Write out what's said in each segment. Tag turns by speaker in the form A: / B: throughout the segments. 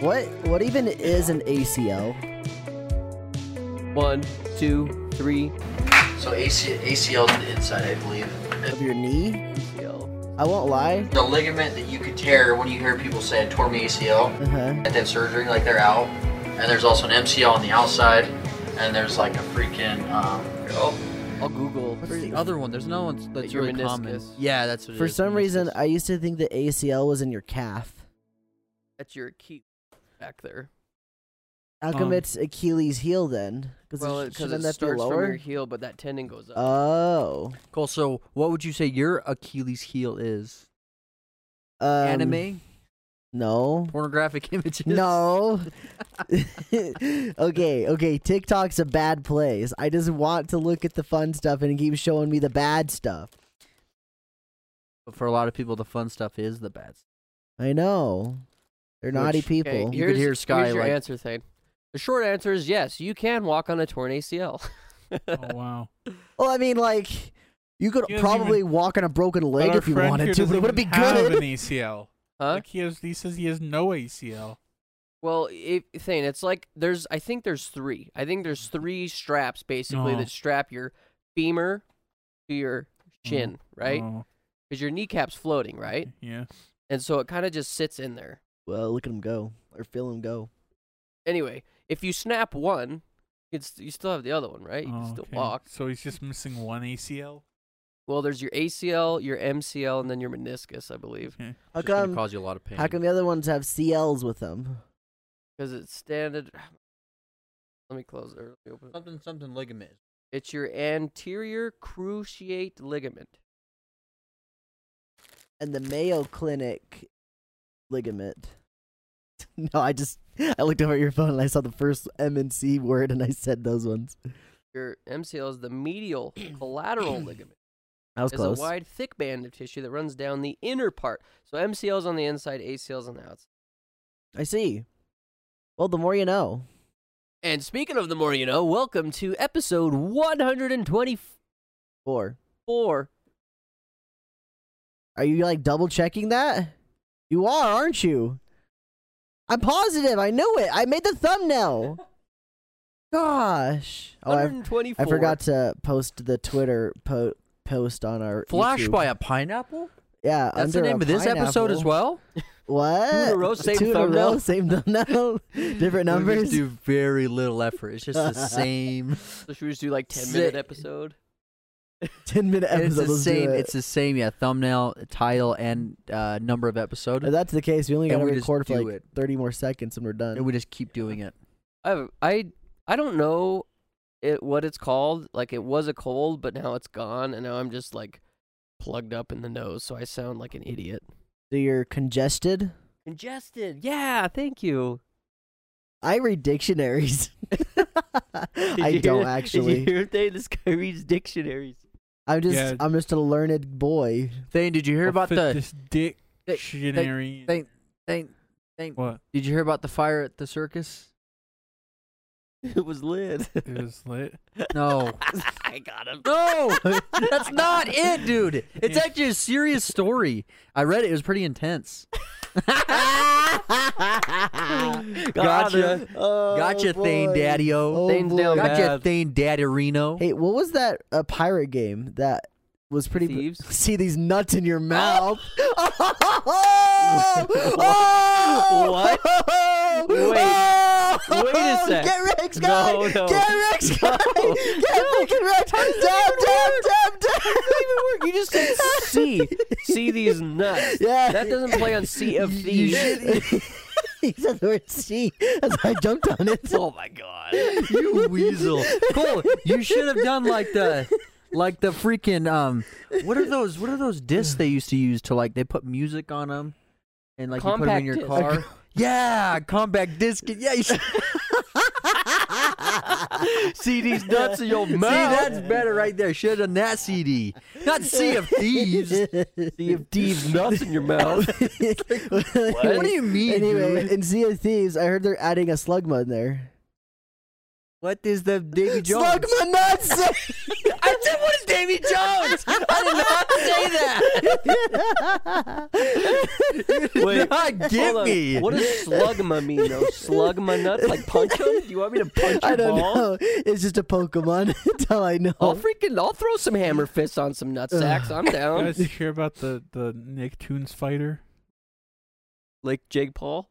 A: What what even is an ACL?
B: One, two, three.
C: So AC, ACL is the inside, I believe.
A: Of your knee?
B: ACL.
A: I won't lie.
C: The ligament that you could tear when you hear people say, I tore my ACL,
A: Uh
B: Uh-huh.
A: huh.
C: at that surgery, like they're out. And there's also an MCL on the outside, and there's like a freaking, um, oh,
B: I'll Google.
D: What's the other one? There's no one that's
B: Your
D: really common.
B: meniscus.
D: Yeah, that's what it
A: For
D: is,
A: some reason,
D: meniscus.
A: I used to think the ACL was in your calf.
B: That's your key back there.
A: How come
D: Um,
A: it's Achilles heel then? Because
B: Well, because it, starts from your heel, but that tendon goes up.
A: Oh.
D: Cole, so what would you say your Achilles heel is?
A: Um,
D: Anime,
A: No.
D: pornographic images.
A: No. okay, okay. TikTok's a bad place. I just want to look at the fun stuff and it keeps showing me the bad stuff.
D: But for a lot of people, the fun stuff is the bad. stuff.
A: I know. They're naughty
D: Which-
A: people.
B: Okay,
D: You could
B: here's,
D: hear Sky,
B: here's your
D: like-
B: answer thing. The short answer is yes. You can walk on a torn ACL.
E: Oh wow.
A: Well, I mean, like, you could
E: He doesn't
A: probably
E: even-
A: walk on a broken leg
E: But our
A: if you
E: friend
A: wanted
E: here
A: to, but
E: doesn't
A: it would be
E: even have an
A: good.
E: ACL.
B: huh?
E: Like he has, he says he has no E ACL.
B: Well, it, thing it's like there's I think there's three. I think there's three straps basically
E: No.
B: that strap your femur to your shin, right?
E: Oh, Mm.
B: Because your kneecap's floating, right?
E: yeah.
B: And so it kind of just sits in there.
A: Well, look at him go. Or feel him go.
B: Anyway, if you snap one, it's you still have the other one, right? You
E: Oh,
B: can still
E: okay.
B: walk.
E: So he's just missing one E ACL.
B: Well, there's your ACL, your MCL, and then your meniscus, I believe,
E: Okay.
A: How
D: It's gonna
A: come,
D: cause you a lot of pain.
A: how come the other ones have CLs with them?
B: because it's standard. Let me close it. or Let me open it.
D: something something ligament?
B: It's your anterior cruciate ligament.
A: and the Mayo Clinic ligament. No, I just I looked over at your phone and I saw the first M and C word and I said those ones.
B: Your MCL is the medial collateral ligament.
A: I was
B: It's
A: close.
B: a wide, thick band of tissue that runs down the inner part. So MCL's on the inside, ACL's on the outside.
A: I see. Well, the more you know.
B: And speaking of the more you know, welcome to episode 124.
A: Four. Are you like double checking that? You are, aren't you? I'm positive. I knew it. I made the thumbnail. Gosh. Oh, I,
B: 124.
A: I forgot to post the Twitter po- post on our
D: Flash
A: YouTube.
D: by a pineapple.
A: Yeah,
D: That's
A: under
D: the
A: a
D: name of this episode as
A: pineapple.
D: well.
A: What?
B: Two in a row, same
A: Two in a
B: thumbnail?
A: row, same thumbnail. Different
D: We
A: numbers.
D: just do very little effort. It's just the same.
B: So should we just do like 10 minute
D: Sick.
B: episode?
A: Ten minute episode.
D: it's the
A: let's do
D: same.
A: it.
D: It's the same. Yeah, thumbnail, title, and uh, number of episode.
A: If that's the case, we only
D: and
A: gotta
D: we just
A: record for
D: do
A: like
D: it.
A: thirty more seconds and we're done.
D: And we just keep doing it.
B: I I I don't know it what it's called. Like it was a cold, but now it's gone, and now I'm just like plugged up in the nose, so I sound like an idiot.
A: so you're congested.
B: Congested. Yeah, thank you.
A: I read dictionaries. I don't actually.
B: Did you hear that? This guy reads dictionaries.
A: I'm just
E: Yeah.
A: I'm just a learned boy.
D: Thane, did you hear
E: I'll
D: about
E: fit
D: the
E: this dictionary?
D: they- Thane? Thane,
E: what?
D: did you hear about the fire at the circus?
B: It was lit.
E: It was lit.
D: No.
B: I got him.
D: No, that's not it, dude. It's
E: Yeah.
D: actually a serious story. I read it. It was pretty intense. Gotcha.
A: Oh,
D: Gotcha, Thane
A: boy.
D: Daddy-o.
A: Oh,
B: Thane's down
A: boy.
B: bad.
D: Gotcha, Thane Daddarino.
A: Hey, what was that uh, pirate game that was pretty?
B: Thieves?
A: See these nuts in your mouth. Oh!
B: What?
A: Oh!
B: Wait. Wait a sec.
A: Get Rex guy.
B: No, no.
A: Get Rex guy.
B: No.
A: Get freaking Rex. Dab, dab, dab, dab.
B: You just said see. See these nuts.
A: Yeah.
B: That doesn't play on Sea of
D: You
B: Thieves.
D: should-
A: He said the word C. That's why I jumped on it.
B: Oh my god.
D: you weasel. Cole, you should have done like the like the freaking um what are those what are those discs they used to use to like they put music on them and like you put them in your
B: Compact
D: car? Yeah, compact disc. Yeah, you should- See these nuts in your mouth. See, that's better right there. Should have done that CD. Not Sea of Thieves.
B: Sea of Thieves nuts in your mouth.
D: What do you mean?
A: Anyway,
D: dude?
A: in Sea of Thieves, I heard they're adding a Slugma in there.
D: what is the Davy Jones?
A: Slugma nuts.
D: I said, what is Davy
B: Davy Jones. I did not say
A: that.
B: Wait,
D: God,
B: that.
D: get
B: Hold on.
D: me.
B: What does slugma mean? Though slugma nuts? Like punch them? Do you want me to punch your
A: I don't
B: ball?
A: know. It's just a Pokemon. That's all I know.
B: I'll freaking I'll throw some hammer fists on some nut sacks. I'm
E: You
B: down.
E: guys hear about the the Nicktoons fighter?
B: Like Jake Paul.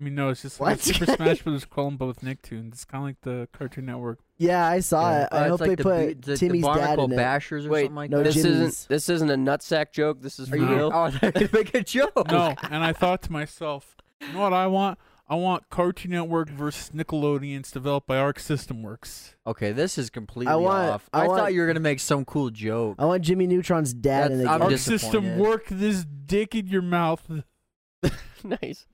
E: I mean, no, it's just
A: What?
E: like Super Smash Bros. Clone, but with Nicktoons. It's kind of like the Cartoon Network.
A: yeah, I saw
E: Yeah.
A: it. I
B: Oh,
D: Uh, it's
A: hope
D: like
A: they
D: the
A: put
D: be- the,
A: Timmy's
D: the
A: dad
D: Barnacle
A: in it.
D: Bashers or
B: Wait,
D: something like
A: no,
D: that.
B: this
A: Jimmy's.
B: isn't this isn't a nut sack joke. This is
E: Are
B: for
E: you-
B: real.
D: Oh, I thought you were gonna make a joke.
E: No, and I thought to myself, you know what I want? I want Cartoon Network versus Nickelodeon's developed by Arc System Works.
D: Okay, this is completely
A: want-
D: off.
A: I
D: I,
A: want- Oh,
D: thought you were gonna make some cool joke.
A: I want Jimmy Neutron's dad in
D: That's-
A: the
D: I'm
A: game.
E: Arc
D: just-
E: System
D: disappointed.
E: Work this dick in your mouth.
B: nice.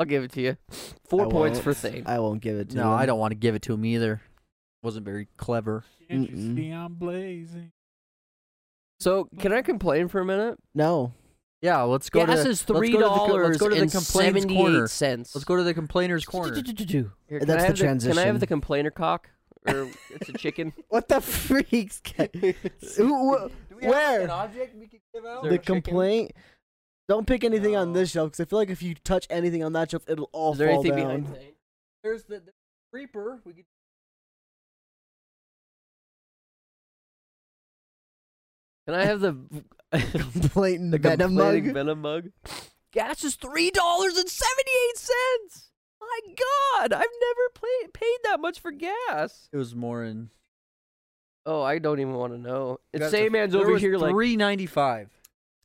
B: I'll give it to you. Four
A: I
B: points for
A: won't.
B: Thane.
A: I won't give it to
D: No,
A: him.
D: I don't want to give it to him either. Wasn't very clever.
E: Can't
A: Mm-mm.
E: you see I'm blazing?
B: So can I complain for a minute?
A: No.
D: Yeah, let's go
B: Gas is
D: to let's
B: three
D: go to the co-
B: dollars
D: Let's go to the
B: and
D: complainers
B: seventy-eight
D: corner.
B: cents.
D: Let's go to the complainers corner.
B: Here,
A: That's
B: I
A: the
B: have Can I
A: transition.
B: have the complainer cock? Or it's a chicken.
A: What the freaks? Who- wh- Where?
D: object we could give out?
B: Is there
A: the
B: a chicken?
A: complaint. Don't pick anything on
D: No.
A: this shelf because I feel like if you touch anything on that shelf, it'll all
B: Is there
A: fall
B: anything
A: down.
B: behind Thane?
D: There's the, the creeper. We could.
B: Can I have the
A: Complaint
B: the
A: venom
B: complaining
A: mug.
B: venom mug? Gas is three dollars and seventy-eight cents. My God, I've never played, paid that much for gas.
D: It was more in.
B: Oh, I don't even want to know. It's
D: That's
B: same
D: a-
B: man's
D: there
B: over
D: was
B: here like
D: three ninety five.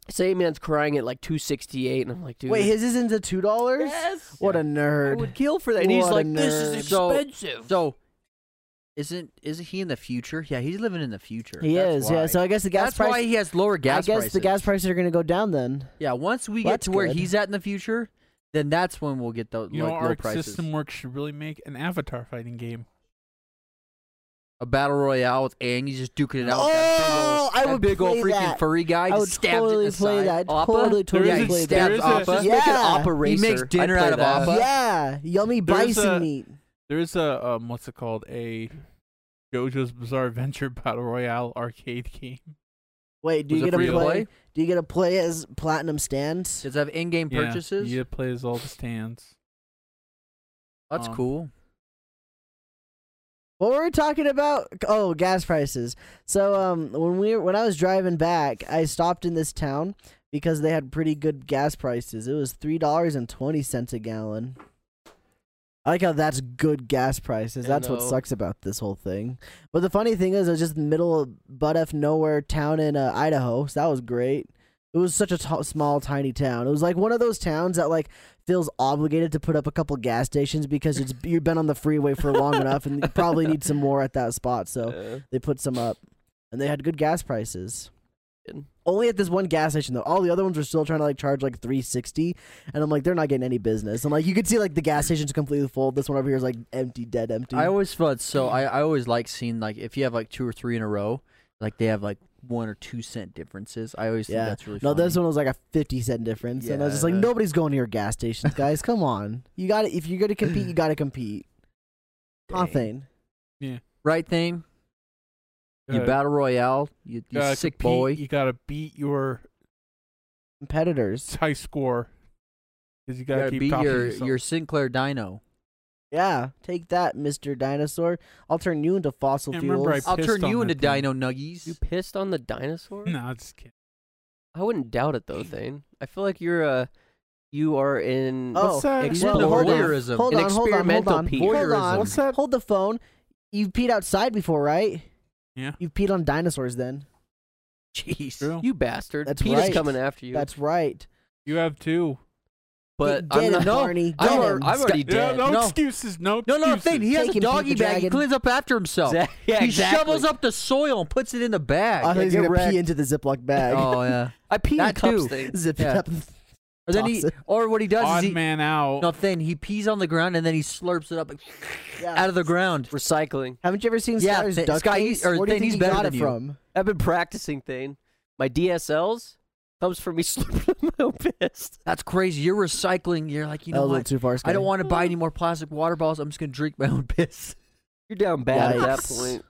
B: same man's crying at like two sixty-eight, and I'm like, dude,
A: Wait, his isn't a two dollars?
B: yes,
A: What a
B: I
A: nerd!
B: would kill for that. And he's
A: What a
B: like, this is
A: nerd.
D: So-
B: expensive.
D: So, isn't isn't he in the future? Yeah, he's living in the future.
A: he
D: That's
A: is, yeah.
D: why.
A: So I guess the gas
D: that's
A: price.
D: why he has lower gas.
A: I guess
D: prices.
A: the gas prices are gonna go down then.
D: Yeah, once we
A: Well,
D: get
A: that's
D: to where
A: good.
D: he's at in the future, then that's when we'll get the
E: You
D: like,
E: know,
D: low
E: Arc
D: prices.
E: System Works should really make an Avatar fighting game.
D: A battle royale with Aang, he's just duking it out.
A: Oh,
D: with that big old,
A: I would
D: that big
A: play
D: old freaking
A: that.
D: furry guy.
A: I
D: just
A: would
D: stabs it
A: totally
D: in the
A: play
D: side.
A: that. I'd
B: Oppa?
A: totally,
E: There
A: totally
E: is a-
A: play
E: there
A: that.
E: is
D: Stabs
E: a-
D: Appa.
B: Just make an
A: Yeah.
B: opera
D: He
B: racer.
D: makes
B: I'd
D: dinner
B: play
D: out of
B: that.
D: Appa.
A: Yeah, yummy
E: There's
A: bison
E: a-
A: meat.
E: There is a um, what's it called? A JoJo's Bizarre Adventure Battle Royale arcade game.
A: Wait, do
D: Was
A: you
D: it
A: get to
D: free
A: play,
D: to play?
A: Do you get to play as platinum stands?
D: Does it have in-game
E: Yeah,
D: purchases?
E: Yeah, plays all the stands.
D: That's
E: Um,
D: cool.
A: What were we talking about? Oh, gas prices. So um, when we when I was driving back, I stopped in this town because they had pretty good gas prices. It was three dollars and twenty cents a gallon. I like how that's good gas prices.
B: I
A: That's what
B: know.
A: sucks about this whole thing. But the funny thing is, it was just middle of butt f nowhere town in uh, Idaho, so that was great. It was such a t- small, tiny town. It was like one of those towns that like feels obligated to put up a couple gas stations because it's you've been on the freeway for long enough, and you probably need some more at that spot. So
B: Uh,
A: they put some up, and they had good gas prices.
B: Good.
A: Only at this one gas station though. All the other ones were still trying to like charge like three sixty, and I'm like, they're not getting any business. And like you could see like the gas station's completely full. This one over here is like empty, dead empty.
D: I always felt so. I, I always like seeing like if you have like two or three in a row, like they have like one or two cent differences. I always
A: Yeah.
D: think that's really
A: no,
D: funny.
A: this one was like a fifty cent difference, and I was just like,
D: Yeah.
A: nobody's going to your gas stations, guys. Come on, you got to If you're gonna compete, you got to compete.
D: Dang.
A: Nothing.
D: right thing. You
E: Uh,
D: battle royale. You, you
E: gotta
D: sick
E: compete,
D: boy.
E: You gotta beat your
A: competitors.
E: high score because you
D: You
E: gotta,
D: gotta
E: keep
D: beat
E: topping
D: your
E: yourself.
D: your Sinclair Dino.
A: Yeah, take that, Mister Dinosaur. I'll turn you into fossil
E: Yeah,
A: fuels.
E: remember I
D: I'll turn
E: pissed on
D: you
E: that
D: into
E: thing.
D: Dino Nuggies.
B: you pissed on the dinosaur?
E: No, just kidding.
B: I wouldn't doubt it though, Thane. I feel like you're a you are in
A: Oh,
E: What's that?
A: well,
B: Explorer.
A: hold on,
D: Voyeurism.
A: hold on, hold
B: An
A: on, hold
B: experimental
A: on,
B: piece.
A: hold on.
D: What's
E: that?
A: Hold the phone. You've peed outside before, right?
E: Yeah.
A: You've peed on dinosaurs. Then
D: Jeez.
E: True.
B: you bastard.
A: That's
B: Peter's
A: right.
B: coming after you.
A: that's right.
E: You have two.
A: get,
B: but
A: get
B: I'm
A: him,
B: not.
A: Barney. Get
B: I'm,
A: him.
B: al- I'm already
E: Yeah,
B: dead.
E: no,
D: No.
E: excuses. No
D: No,
E: excuses.
D: no, thing. He has
A: Take
D: a
A: him, Pete
D: doggy
A: the
D: bag. He
A: Dragon.
D: cleans up after himself.
B: Exac- yeah,
D: He
B: exactly.
D: shovels up the soil and puts it in the bag.
A: I thought he was
B: get
A: gonna
B: wrecked.
A: pee into the Ziploc bag.
D: oh yeah.
B: I pee in
D: That
B: cups
D: too.
B: thing.
A: Zip it
D: yeah.
A: up.
D: Or then he,
A: Toss it.
D: or what he does
E: Odd
D: is he,
E: man out.
D: no, thing. He pees on the ground and then he slurps it up like,
A: Yeah.
D: out of the ground.
B: Recycling.
A: Haven't you ever seen
D: Yeah,
A: Skyler's
D: th-
A: duck
D: Sky-
A: face?
D: or
A: Where do you
D: then
A: think
D: he's
A: he
D: better
A: got
D: than
A: it
D: you.
A: from?
B: I've been practicing Thane. My DSLs comes from me slurping my own piss.
D: That's crazy. You're recycling. You're like, you
A: That
D: know
A: was a little
D: what?
A: too far.
D: I don't
A: Sky.
D: want to buy any more plastic water bottles. I'm just gonna drink my own piss.
B: You're down bad at that
A: Yikes.
B: point.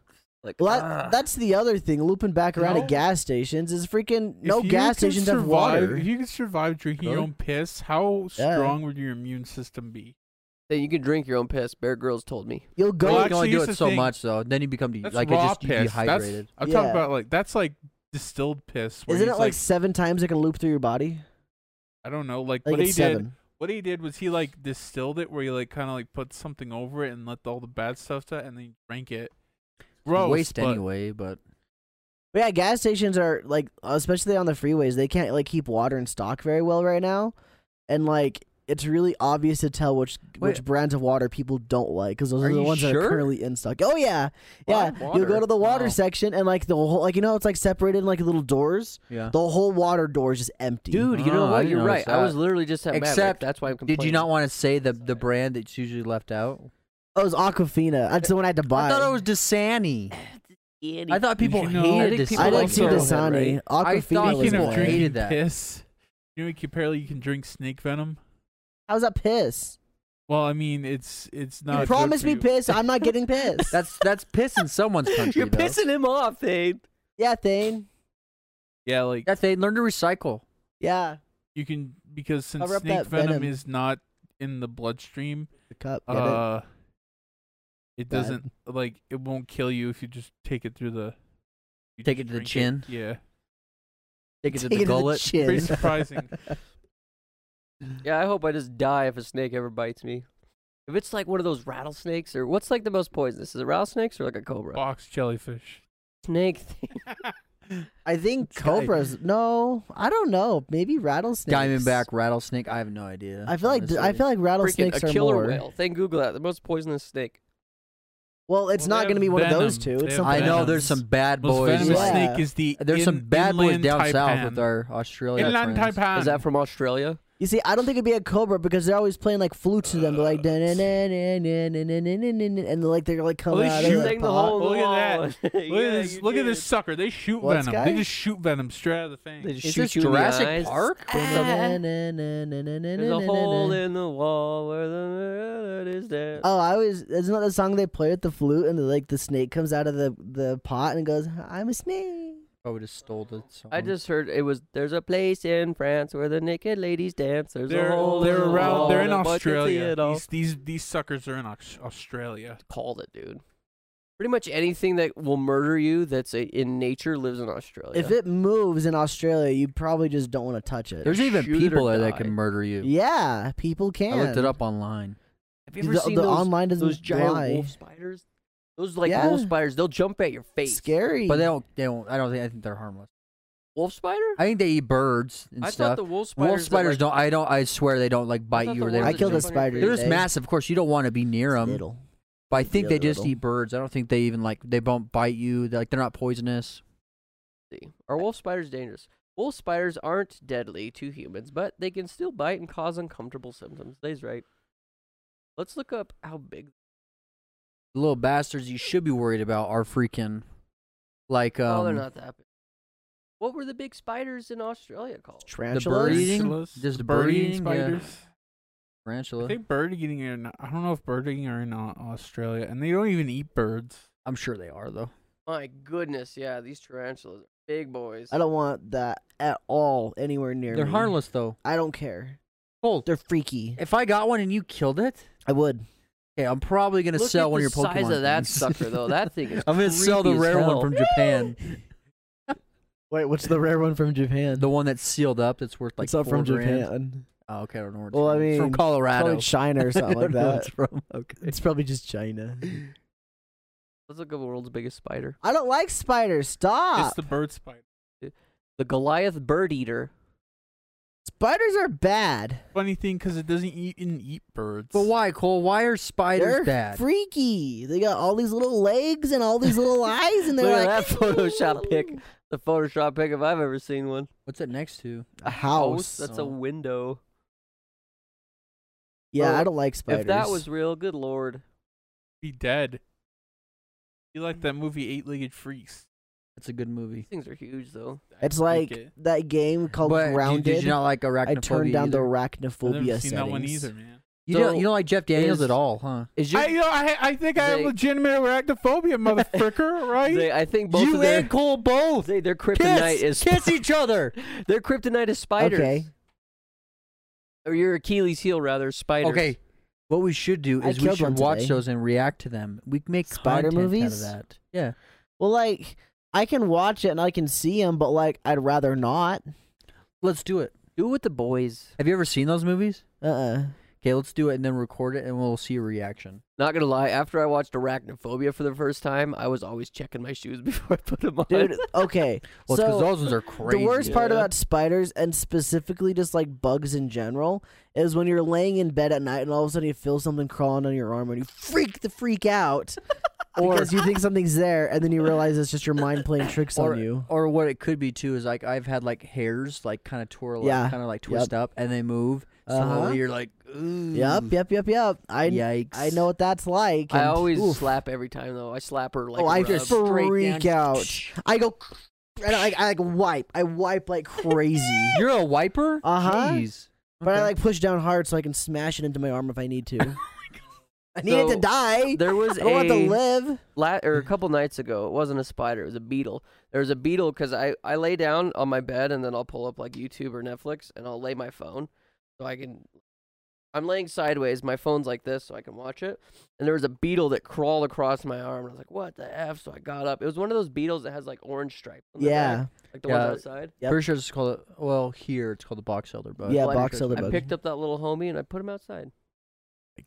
B: Like
A: Well, that,
B: ah.
A: that's the other thing. Looping back around
E: No.
A: at gas stations is freaking
E: If
A: no
E: you
A: gas
E: can
A: stations have
E: survive-
A: water.
E: If you could survive drinking your
B: Really?
E: own piss, how
A: Yeah.
E: strong would your immune system be?
B: Then you can drink your own piss. Bear Grylls told me.
A: You'll go.
E: Well,
D: you can
E: actually,
D: only do
E: here's
D: it
E: the
D: so
E: thing.
D: much though. Then you become de-
E: That's
D: like it
E: raw
D: just you
E: piss.
D: dehydrated.
E: That's, I'm
A: Yeah.
E: talking about like that's like distilled piss. Where
A: isn't it
E: he's
A: like, seven times it can loop through your body?
E: I don't know, like
A: I think
E: what he
A: it's
E: did.
A: seven.
E: What he did was he like distilled it, where he like kind of like put something over it and let all the bad stuff to, and then he drank it. Gross,
D: Waste
E: but
D: anyway, but
A: But yeah, gas stations are like, especially on the freeways, they can't like keep water in stock very well right now, and like it's really obvious to tell which
D: Wait.
A: which brands of water people don't like because those
B: Are
A: are, the
B: you
A: ones that
B: sure?
A: are currently in stock. Oh yeah, yeah.
B: Why
A: You'll go
B: water?
A: to the water
D: No.
A: section and like the whole like you know how it's like separated in like little doors.
D: yeah.
A: The whole water door is just empty.
B: Dude, you
D: Oh,
B: know
D: I
B: what?
D: didn't
B: You're
D: notice
B: right. I was
D: that.
B: literally just at Maverick.
D: Except,
B: That's why I'm complaining.
D: Did you not want to say the the brand that's usually left out?
A: Oh, it was Aquafina. That's the one I had to buy.
D: I thought it was Dasani. I thought
E: Did
D: people
E: you know-
D: hated
B: I think
D: Dasani.
B: people
A: I didn't
E: also-
A: see Dasani.
D: I
A: Aquafina
D: thought
A: was
E: Speaking
A: the
D: one.
E: of
A: one.
E: drinking
D: Hated that.
E: piss, you know, you can- apparently you can drink snake venom.
A: How's that piss?
E: Well, I mean, it's it's not.
A: you
E: good
A: promised
E: for
A: me
E: you.
A: piss. I'm not getting piss.
D: That's that's pissing someone's country.
B: You're
D: though.
B: pissing him off, Thane.
A: yeah, Thane.
E: Yeah, like
D: Yeah, they learn to recycle.
A: Yeah,
E: you can because since
A: Cover up
E: snake
A: that
E: venom,
A: venom.
E: is not in the bloodstream,
A: the cup. Get it.
E: uh, it
A: Bad.
E: doesn't like it won't kill you if you just take it through the. you
D: Take
E: just
D: it to the
E: drink
D: chin.
E: Yeah,
D: Take it
A: Take
D: to the
A: it to the
D: gullet.
A: chin.
E: pretty surprising.
B: Yeah, I hope I just die if a snake ever bites me. If it's like one of those rattlesnakes, or what's like the most poisonous? Is it rattlesnakes or like a cobra?
E: Box jellyfish.
B: Snake thing.
A: I think
D: This guy-
A: cobras. No, I don't know. Maybe rattlesnakes.
D: Diamondback rattlesnake. I have no idea.
A: I feel like I
D: honestly.
A: feel like
B: Freaking
A: rattlesnakes
B: a
A: are
B: killer
A: more.
B: whale. Then Google that. The most poisonous snake.
A: Well, it's
E: Well,
A: not
E: they
A: going to
E: have
A: be one of those
E: venom.
A: two.
E: They
A: It's
E: have
A: something
D: I know
E: venom.
A: else.
D: there's some bad
E: Most
D: boys.
E: venomous
A: Yeah.
E: snake is the.
D: There's some
E: in-
D: bad boys
E: inland
D: down south
E: taipan.
D: with our Australia
E: Inland
D: friends.
E: taipan.
B: Is that from Australia?
A: You see, I don't think it'd be a cobra because they're always playing like flutes to them. They're like dun- dun- dun- dun- dun- dun- dun- dun- dun- dun- dun- and they're like they're like coming
E: they
A: out.
E: shoot
A: of
E: the
A: the
B: Sang the
A: pot.
B: whole
E: Look at
B: lawn.
E: Look
B: Yeah,
E: at this!
B: you
E: Look at
B: did.
E: this sucker. They shoot
A: What,
E: venom.
A: Sky?
E: They just shoot venom straight out of the thing.
B: They just
D: Is
B: shoot
D: this
B: you in the
D: Jurassic
B: eyes.
D: Park?
A: Dun- dun-
B: Ah.
A: dun- dun- dun- dun- dun-
B: There's a
A: dun-
B: hole
A: dun.
B: in the wall where the is there.
A: Oh, I was. Isn't that the song they play with the flute and the, like the snake comes out of the the pot and goes, "I'm a snake."
D: I would have stole the song.
B: I just heard it was there's a place in France where the naked ladies dance. There's
E: They're
B: a hole.
E: they're
B: in the
E: around.
B: wall
E: They're in
B: that one can see
E: Australia.
B: it all.
E: These these these suckers are in Aus- Australia.
B: Called it, dude. Pretty much anything that will murder you that's a, in nature lives in Australia.
A: If it moves in Australia, you probably just don't want to touch it.
D: There's even
B: shoot or
D: people there that
B: die.
D: can murder you.
A: Yeah, people can.
D: I looked it up online.
B: Have you
A: The,
B: ever seen
A: the
B: those,
A: online doesn't
B: those giant
A: lie.
B: wolf spiders? Those like
A: Yeah.
B: wolf spiders, they'll jump at your face.
A: Scary.
D: But they don't. They don't. I don't think. I think they're harmless.
B: Wolf spider?
D: I think they eat birds and
B: I
D: stuff.
B: thought the wolf spiders.
D: Wolf
B: that,
D: spiders
B: like,
D: don't. I don't. I swear they don't like
B: thought
D: bite you
B: the
D: or they.
B: ones
A: I
B: that
A: killed a
B: jump on your
A: spider
B: face-
D: They're just
A: They-
D: massive. Of course, you don't want to be near them.
A: Little.
D: But I think
A: Yeah,
D: they
A: they're
D: just
A: little.
D: eat birds. I don't think they even like they don't bite you. They're, like they're not poisonous.
B: See, Are wolf spiders dangerous? Wolf spiders aren't deadly to humans, but they can still bite and cause uncomfortable symptoms. They's right. Let's look up how big.
D: The little bastards you should be worried about are freaking like um
B: oh, they're not that big. What were the big spiders in Australia called?
D: the
A: Tarantulas?
D: bird eating.
E: Tarantulas?
D: Just the
E: Bird
D: bird
E: eating
D: eating
E: spiders.
D: Yeah. Tarantula.
E: I think bird eating are in, I don't know if bird eating are in Au- Australia, and they don't even eat birds.
D: I'm sure they are though.
B: My goodness, yeah, these tarantulas are big boys.
A: I don't want that at all anywhere near
D: They're
A: me.
D: harmless though.
A: I don't care.
D: Colt,
A: They're freaky.
D: if I got one and you killed it,
A: I would.
D: okay, I'm probably gonna
B: Look
D: sell
B: at
D: one
B: the
D: of your Pokemon.
B: size of that
D: things.
B: sucker, though. That thing is
D: I'm gonna sell the
B: creepy as
D: rare one
B: hell.
D: from Japan.
A: Wait, what's the rare one from Japan?
D: The one that's sealed up that's worth like
A: it's not from
D: four grand.
A: Japan.
D: Oh, okay, I don't know where it's
A: Well, I
D: from. It's from
A: mean,
D: Colorado.
A: Probably China or something
D: I
A: like
D: don't know where
A: that.
D: It's from. Okay.
A: It's probably just China.
B: Let's look up the world's biggest spider.
A: I don't like spiders. Stop.
E: It's the bird spider.
B: The Goliath bird eater.
A: Spiders are bad.
E: Funny thing, because it doesn't eat and eat birds.
D: But why, Cole? Why are spiders
A: they're
D: bad?
A: freaky. They got all these little legs and all these little eyes, and they're
B: Look at
A: like
B: that Photoshop pic. The Photoshop pic if I've ever seen one.
D: What's it next to?
A: A house.
B: That's a
D: Oh.
B: window.
A: Yeah,
B: Oh,
A: I don't like spiders.
B: If that was real, good lord.
E: Be dead. You like
A: Mm.
E: that movie Eight Legged Freaks?
D: That's a good movie.
B: These things are huge, though.
E: I
A: it's like
E: it.
A: that game called
D: But did-
A: Grounded.
D: Did you not like arachnophobia?
A: I turned down the
D: either?
E: I've
A: arachnophobia
E: never seen
A: settings.
E: that one either, man.
D: You
B: So
D: don't you don't like Jeff Daniels
B: is-
D: at all, huh?
B: Is your
E: I, you know, I, I think I have
B: Zay.
E: legitimate arachnophobia, motherfucker, right?
B: Zay, I think both
D: you
B: of their
D: and Cole both
B: Zay, their kryptonite is
D: kiss, kiss each other.
B: their kryptonite is spiders.
A: Okay.
B: Or your Achilles heel rather, spiders.
D: Okay, what we should do
A: I
D: is we
A: killed one
D: should watch
A: today.
D: those and react to them. We can make
A: Spider
D: content
A: movies?
D: out of that. Yeah,
A: Well, like I can watch it and I can see him, but like I'd rather not.
D: let's do it.
B: Do it with the boys.
D: Have you ever seen those movies?
A: Uh. uh
D: Okay, let's do it and then record it and we'll see a reaction.
B: Not gonna lie, after I watched Arachnophobia for the first time, I was always checking my shoes before I put them on.
A: Dude. Okay.
D: Well, because
A: so uh,
D: those ones are crazy.
A: the worst part
B: yeah.
A: about spiders and specifically just like bugs in general is when you're laying in bed at night and all of a sudden you feel something crawling on your arm and you freak the freak out. because you think something's there, and then you realize it's just your mind playing tricks
D: or,
A: on you.
D: or what it could be too is like I've had like hairs like kind of twirl, like,
A: Yeah.
D: kind of like twist up, and they move. So
A: Uh-huh.
D: you're like, ooh,
A: Yep, yep, yep, yep. I
D: yikes.
A: I know what that's like.
B: I
A: and-
B: always
A: oof.
B: slap every time though. I slap her like
A: oh, I
B: rub.
A: just
D: Straight
A: freak
D: down.
A: out. I go, and I, I like wipe. I wipe like crazy.
D: You're a wiper.
A: Uh-huh.
D: Jeez.
A: But I
D: Okay.
A: like push down hard so I can smash it into my arm if I need to.
E: Oh
A: I need it
B: So,
A: to die.
B: there was
A: I don't want it
B: a-
A: to live.
B: la- or
A: Mm-hmm.
B: a couple nights ago. It wasn't a spider. It was a beetle. There was a beetle because I I lay down on my bed and then I'll pull up like YouTube or Netflix and I'll lay my phone so I can. I'm laying sideways. My phone's like this so I can watch it. And there was a beetle that crawled across my arm. And I was like, "What the f?" So I got up. It was one of those beetles that has like orange stripes. On the
A: Yeah.
B: back, like the
D: Yeah.
B: ones outside.
A: Yep.
D: Pretty sure it's called. Well, here it's called the box elder bug.
A: Yeah,
B: Well, I
A: box
D: picked-
A: elder
B: I
A: bug.
B: picked up that little homie and I put him outside.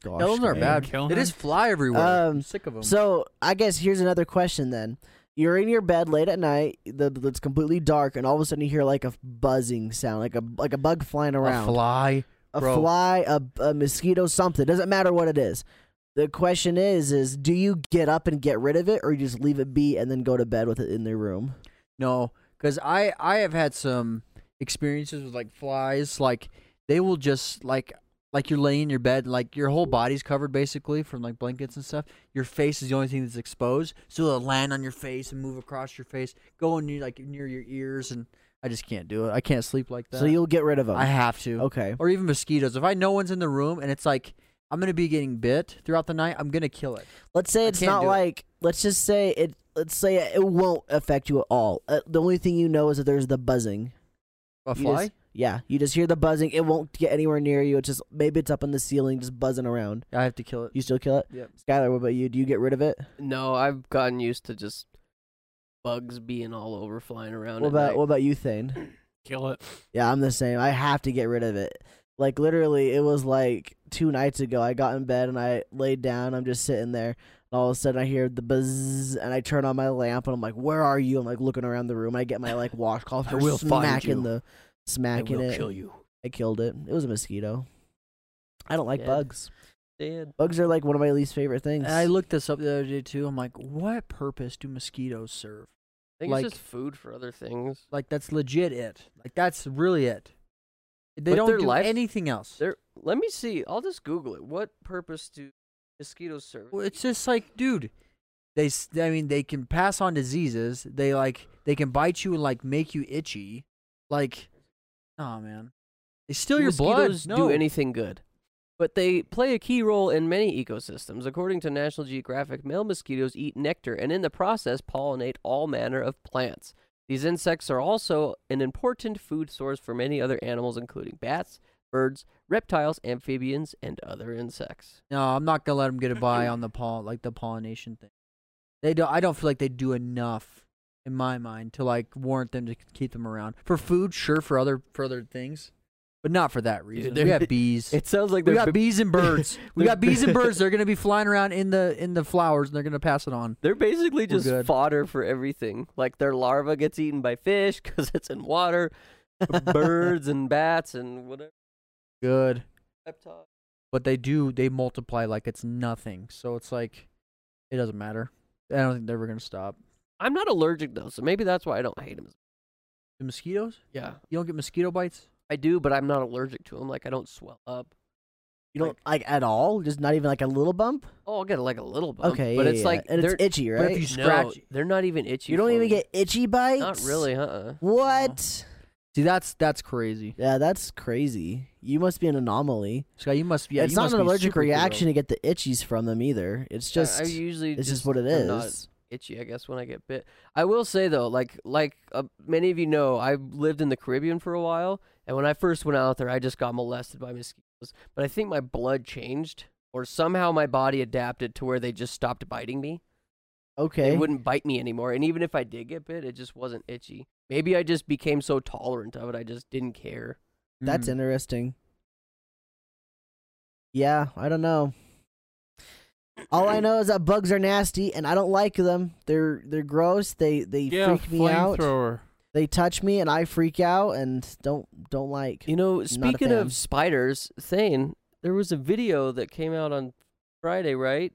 A: Gosh,
D: Those are
E: man.
D: bad.
E: Kill
D: They
E: him?
D: just fly everywhere.
A: Um,
D: I'm sick of them.
A: So I guess here's another question then. You're in your bed late at night. The, the- it's completely dark, and all of a sudden you hear like a buzzing sound, like a like a bug flying
D: a
A: around,
D: fly.
A: a,
D: bro.
A: fly, a, a mosquito, something. Doesn't matter what it is. The question is, is do you get up and get rid of it, or you just leave it be and then go to bed with it in their room?
D: No, because I I have had some experiences with like flies. Like they will just like like you're laying in your bed, like your whole body's covered basically from like blankets and stuff. Your face is the only thing that's exposed, so they'll land on your face and move across your face, go near like near your ears, and I just can't do it. I can't sleep like that.
A: So you'll get rid of them.
D: I have to.
A: okay.
D: Or even mosquitoes. If I know one's in the room and it's like I'm gonna be getting bit throughout the night, I'm gonna kill it.
A: Let's say
D: I
A: it's
D: can't
A: not
D: do it.
A: like. Let's just say it. Let's say it won't affect you at all. Uh, the only thing you know is that there's the buzzing.
D: A
A: You just-
D: fly?
A: yeah, you just hear the buzzing. It won't get anywhere near you. It's just maybe it's up on the ceiling, just buzzing around.
D: I have to kill it.
A: You still kill it.
D: Yep.
A: Skylar, what about you? Do you get rid of it?
B: No, I've gotten used to just bugs being all over, flying around.
A: What
B: at
A: about
B: night.
A: what about you, Thane?
E: Kill it.
A: Yeah, I'm the same. I have to get rid of it. Like literally, it was like two nights ago. I got in bed and I laid down. I'm just sitting there, and all of a sudden I hear the buzz, and I turn on my lamp, and I'm like, "Where are you?" I'm like looking around the room. I get my like washcloth,
D: I
A: for
D: will find
A: smacking
D: you.
A: the
D: I
A: smacking
D: will
A: it.
D: kill you.
A: I killed it. It was a mosquito. I don't like
B: Dead.
A: bugs.
B: Dead.
A: Bugs are like one of my least favorite things.
D: And I looked this up the other day too. I'm like, what purpose do mosquitoes serve?
B: I think
D: Like-
B: it's just food for other things.
D: Like that's legit it. Like that's really it. They
B: But their
D: don't do
B: life-
D: anything else.
B: There, let me see. I'll just Google it. What purpose do mosquitoes serve?
D: Well, It's just like, dude, they. s- I mean, they can pass on diseases. They like they can bite you and like make you itchy. Like, oh man, they steal your blood.
B: mosquitoes
D: No.
B: do anything good, but they play a key role in many ecosystems. According to National Geographic, male mosquitoes eat nectar and in the process pollinate all manner of plants. These insects are also an important food source for many other animals, including bats, birds, reptiles, amphibians, and other insects.
D: No, I'm not gonna let them get a buy on the poll like the pollination thing. They don't. I don't feel like they do enough in my mind to like warrant them to keep them around for food. Sure, for other for other things, but not for that reason. we
B: they're-
D: got bees.
B: sounds like
D: we got bees and birds. we
B: they're
D: got bees and
B: bi-
D: birds. They're gonna be flying around in the in the flowers, and they're gonna pass it on.
B: They're basically just
D: good.
B: fodder for everything. Like their larva gets eaten by fish because it's in water, birds and bats and whatever.
D: Good,
B: Reptiles.
D: but they do. They multiply like it's nothing. So it's like it doesn't matter. I don't think they're ever gonna stop.
B: I'm not allergic though, so maybe that's why I don't hate them.
D: The mosquitoes?
B: Yeah,
D: You don't get mosquito bites?
B: I do, but I'm not allergic to them. Like I don't swell up.
A: you don't like at all. Just not even like a little bump.
B: Oh, I'll get like a little bump.
A: okay,
B: but
A: yeah,
B: it's
A: yeah.
B: like
A: and
B: they're
A: it's itchy,
D: but if
A: right?
D: you
B: no,
D: scratch-
B: they're not uh-uh. even itchy.
A: You don't
B: for
A: even
B: me.
A: get itchy bites.
B: Not really, huh?
A: What?
D: See, that's that's crazy,
A: Yeah, that's crazy. You must be an anomaly.
D: Scott. You must. Yeah,
A: it's
D: you
A: not
D: must
A: an
D: be
A: allergic
D: superhero.
A: reaction to get the itchies from them either. It's just
B: I, I usually
A: it's
B: just
A: just what it
B: I'm not
A: is.
B: itchy, I guess, when I get bit. I will say though, like like uh, many of you know, I lived in the Caribbean for a while, and when I first went out there, I just got molested by mosquitoes. But I think my blood changed, or somehow my body adapted to where they just stopped biting me. They
A: okay.
B: wouldn't bite me anymore, and even if I did get bit, it just wasn't itchy. Maybe I just became so tolerant of it, I just didn't care.
A: That's
D: Mm.
A: interesting. Yeah, I don't know. All I know is that bugs are nasty and I don't like them. They're they're gross. They they
E: yeah,
A: freak me out.
E: flamethrower.
A: They touch me and I freak out and don't don't like.
B: You know, speaking
A: fan.
B: of spiders, Thane, there was a video that came out on Friday, right?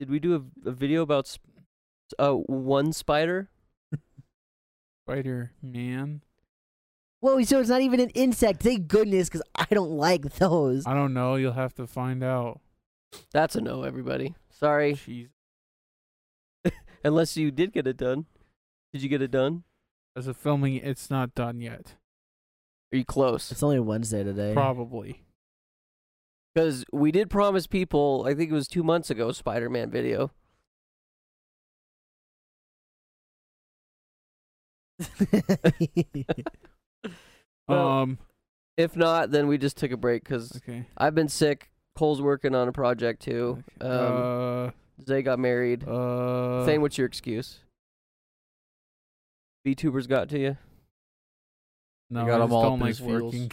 B: Did we do a, a video about sp- uh, one spider?
E: Spider man.
A: Whoa, so it's not even an insect. Thank goodness, because I don't like those.
E: I don't know. You'll have to find out.
B: That's a no, everybody. Sorry,
E: Jeez.
B: unless you did get it done. Did you get it done?
E: As a filming, it's not done yet.
B: Are you close?
A: It's only Wednesday today.
E: Probably.
B: Because we did promise people, I think it was two months ago, Spider-Man video. Well-
E: um.
B: If not, then we just took a break because
E: Okay.
B: I've been sick. Cole's working on a project too.
E: okay.
A: Uh,
B: Um, Zay got married.
E: uh. Uh.
B: Thane, what's your excuse? VTubers got to you.
E: no,
D: got
E: I
D: 'em
E: just
D: all
E: don't
D: up in
E: like
D: his feels.
E: working.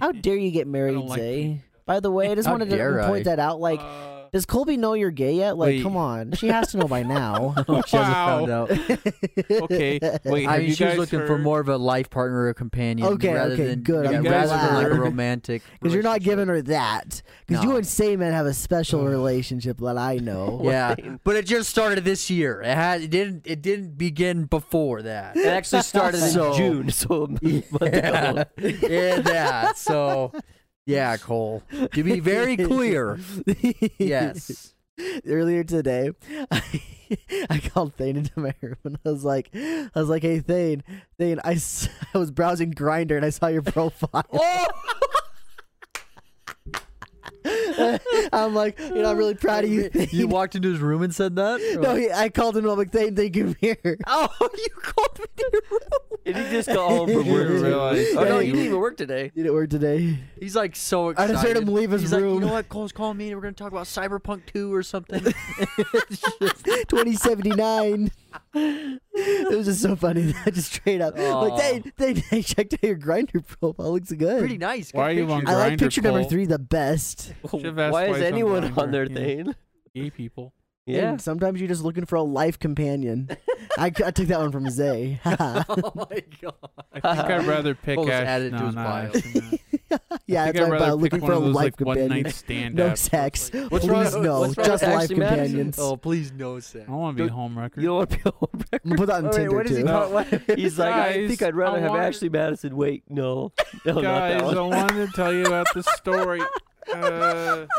A: How dare you get
E: I
A: married,
E: don't like
A: Zay?
E: people.
A: By the way, I just
D: How
A: wanted to
D: dare I?
A: point that out. Like,
E: Uh,
A: does Colby know you're gay yet? Like,
E: wait.
A: come on, she has to know by now.
D: she hasn't
E: Wow.
D: found out.
E: Okay, wait.
D: I
E: Have
D: mean,
E: you
D: she was
E: guys
D: looking for
E: heard-
D: more of a life partner or companion.
A: Okay,
D: rather
A: okay,
D: than,
A: good.
D: yeah,
E: I'm
D: rather than
E: glad.
D: like a romantic.
A: Because you're not
D: relationship.
A: giving her that. Because you
D: No.
A: and Sayman have a special
E: Ugh.
A: relationship that I
E: Oh.
A: know.
D: Yeah,
B: Lane.
D: but it just started this year. It had it didn't it didn't begin before that.
B: It actually started in
D: So-
B: June, so a month
D: yeah,
B: ago.
D: yeah, that. So, yeah, Cole. To be very clear, yes.
A: earlier today, I, called Thane into my room and I was like, I was like, hey Thane, Thane, I, s- I was browsing Grinder and I saw your profile.
D: Oh,
A: I'm like, you know, I'm really proud of you. Thane.
D: you walked into his room and said that? Or
A: no,
D: like-
A: he, I called him. I'm like, Thane, thank you here.
D: oh, you called me to your room.
B: Did he just go home from
E: You
B: work?
E: didn't realize-
B: Oh
A: Yeah,
B: no, you
A: you-
B: didn't even work today.
A: Did it work today?
D: He's like so
A: I
D: excited.
A: just heard him leave his
D: He's like,
A: room.
D: you know what? Cole's calling me, and we're gonna talk about Cyberpunk 2 or something.
A: 2079. it was just so funny. I just straight up
D: Aw.
A: like, Thane, Thane, I checked out your Grinder profile. Looks good.
D: Pretty nice. Good
E: Why are you
D: picture.
E: on
A: I like
E: Grindr,
A: picture number
E: Cole.
A: three the best.
E: Should've asked
B: Why
E: why
B: is
E: he's on
B: anyone on
E: Grindr,
B: their
E: yeah.
B: thing?
E: gay people.
B: Yeah.
A: And sometimes you're just looking for a life companion. I, I took that one from Zay. yeah,
D: oh my god.
E: I think I'd rather pick
D: Cole's
E: Ash.
D: added to
E: no,
D: his
E: not
D: bio.
E: Ash and that. I
A: that's what I'm
E: think I'd rather
A: about,
E: pick
A: looking
E: one
A: for a
E: of those,
A: life
E: like one
A: companion.
E: night stand.
A: No
E: apps.
A: sex.
B: What's wrong-
A: Please no,
B: what's wrong
A: just
B: with
A: life
B: Ashley Madison?
A: companions.
D: Oh, please no, Sam.
E: I want to be a homewrecker.
B: You don't want to be a home
A: I'm gonna put that on
B: wrecker.
A: Tinder
B: what is
A: too.
B: he
E: No.
B: called? What- He's like, I
E: Guys,
B: think I'd rather
E: I
B: have
E: wanted-
B: Ashley Madison. Wait, no, no,
E: Guys,
B: not
E: I
B: that one.
E: wanted to tell you about the story. Uh,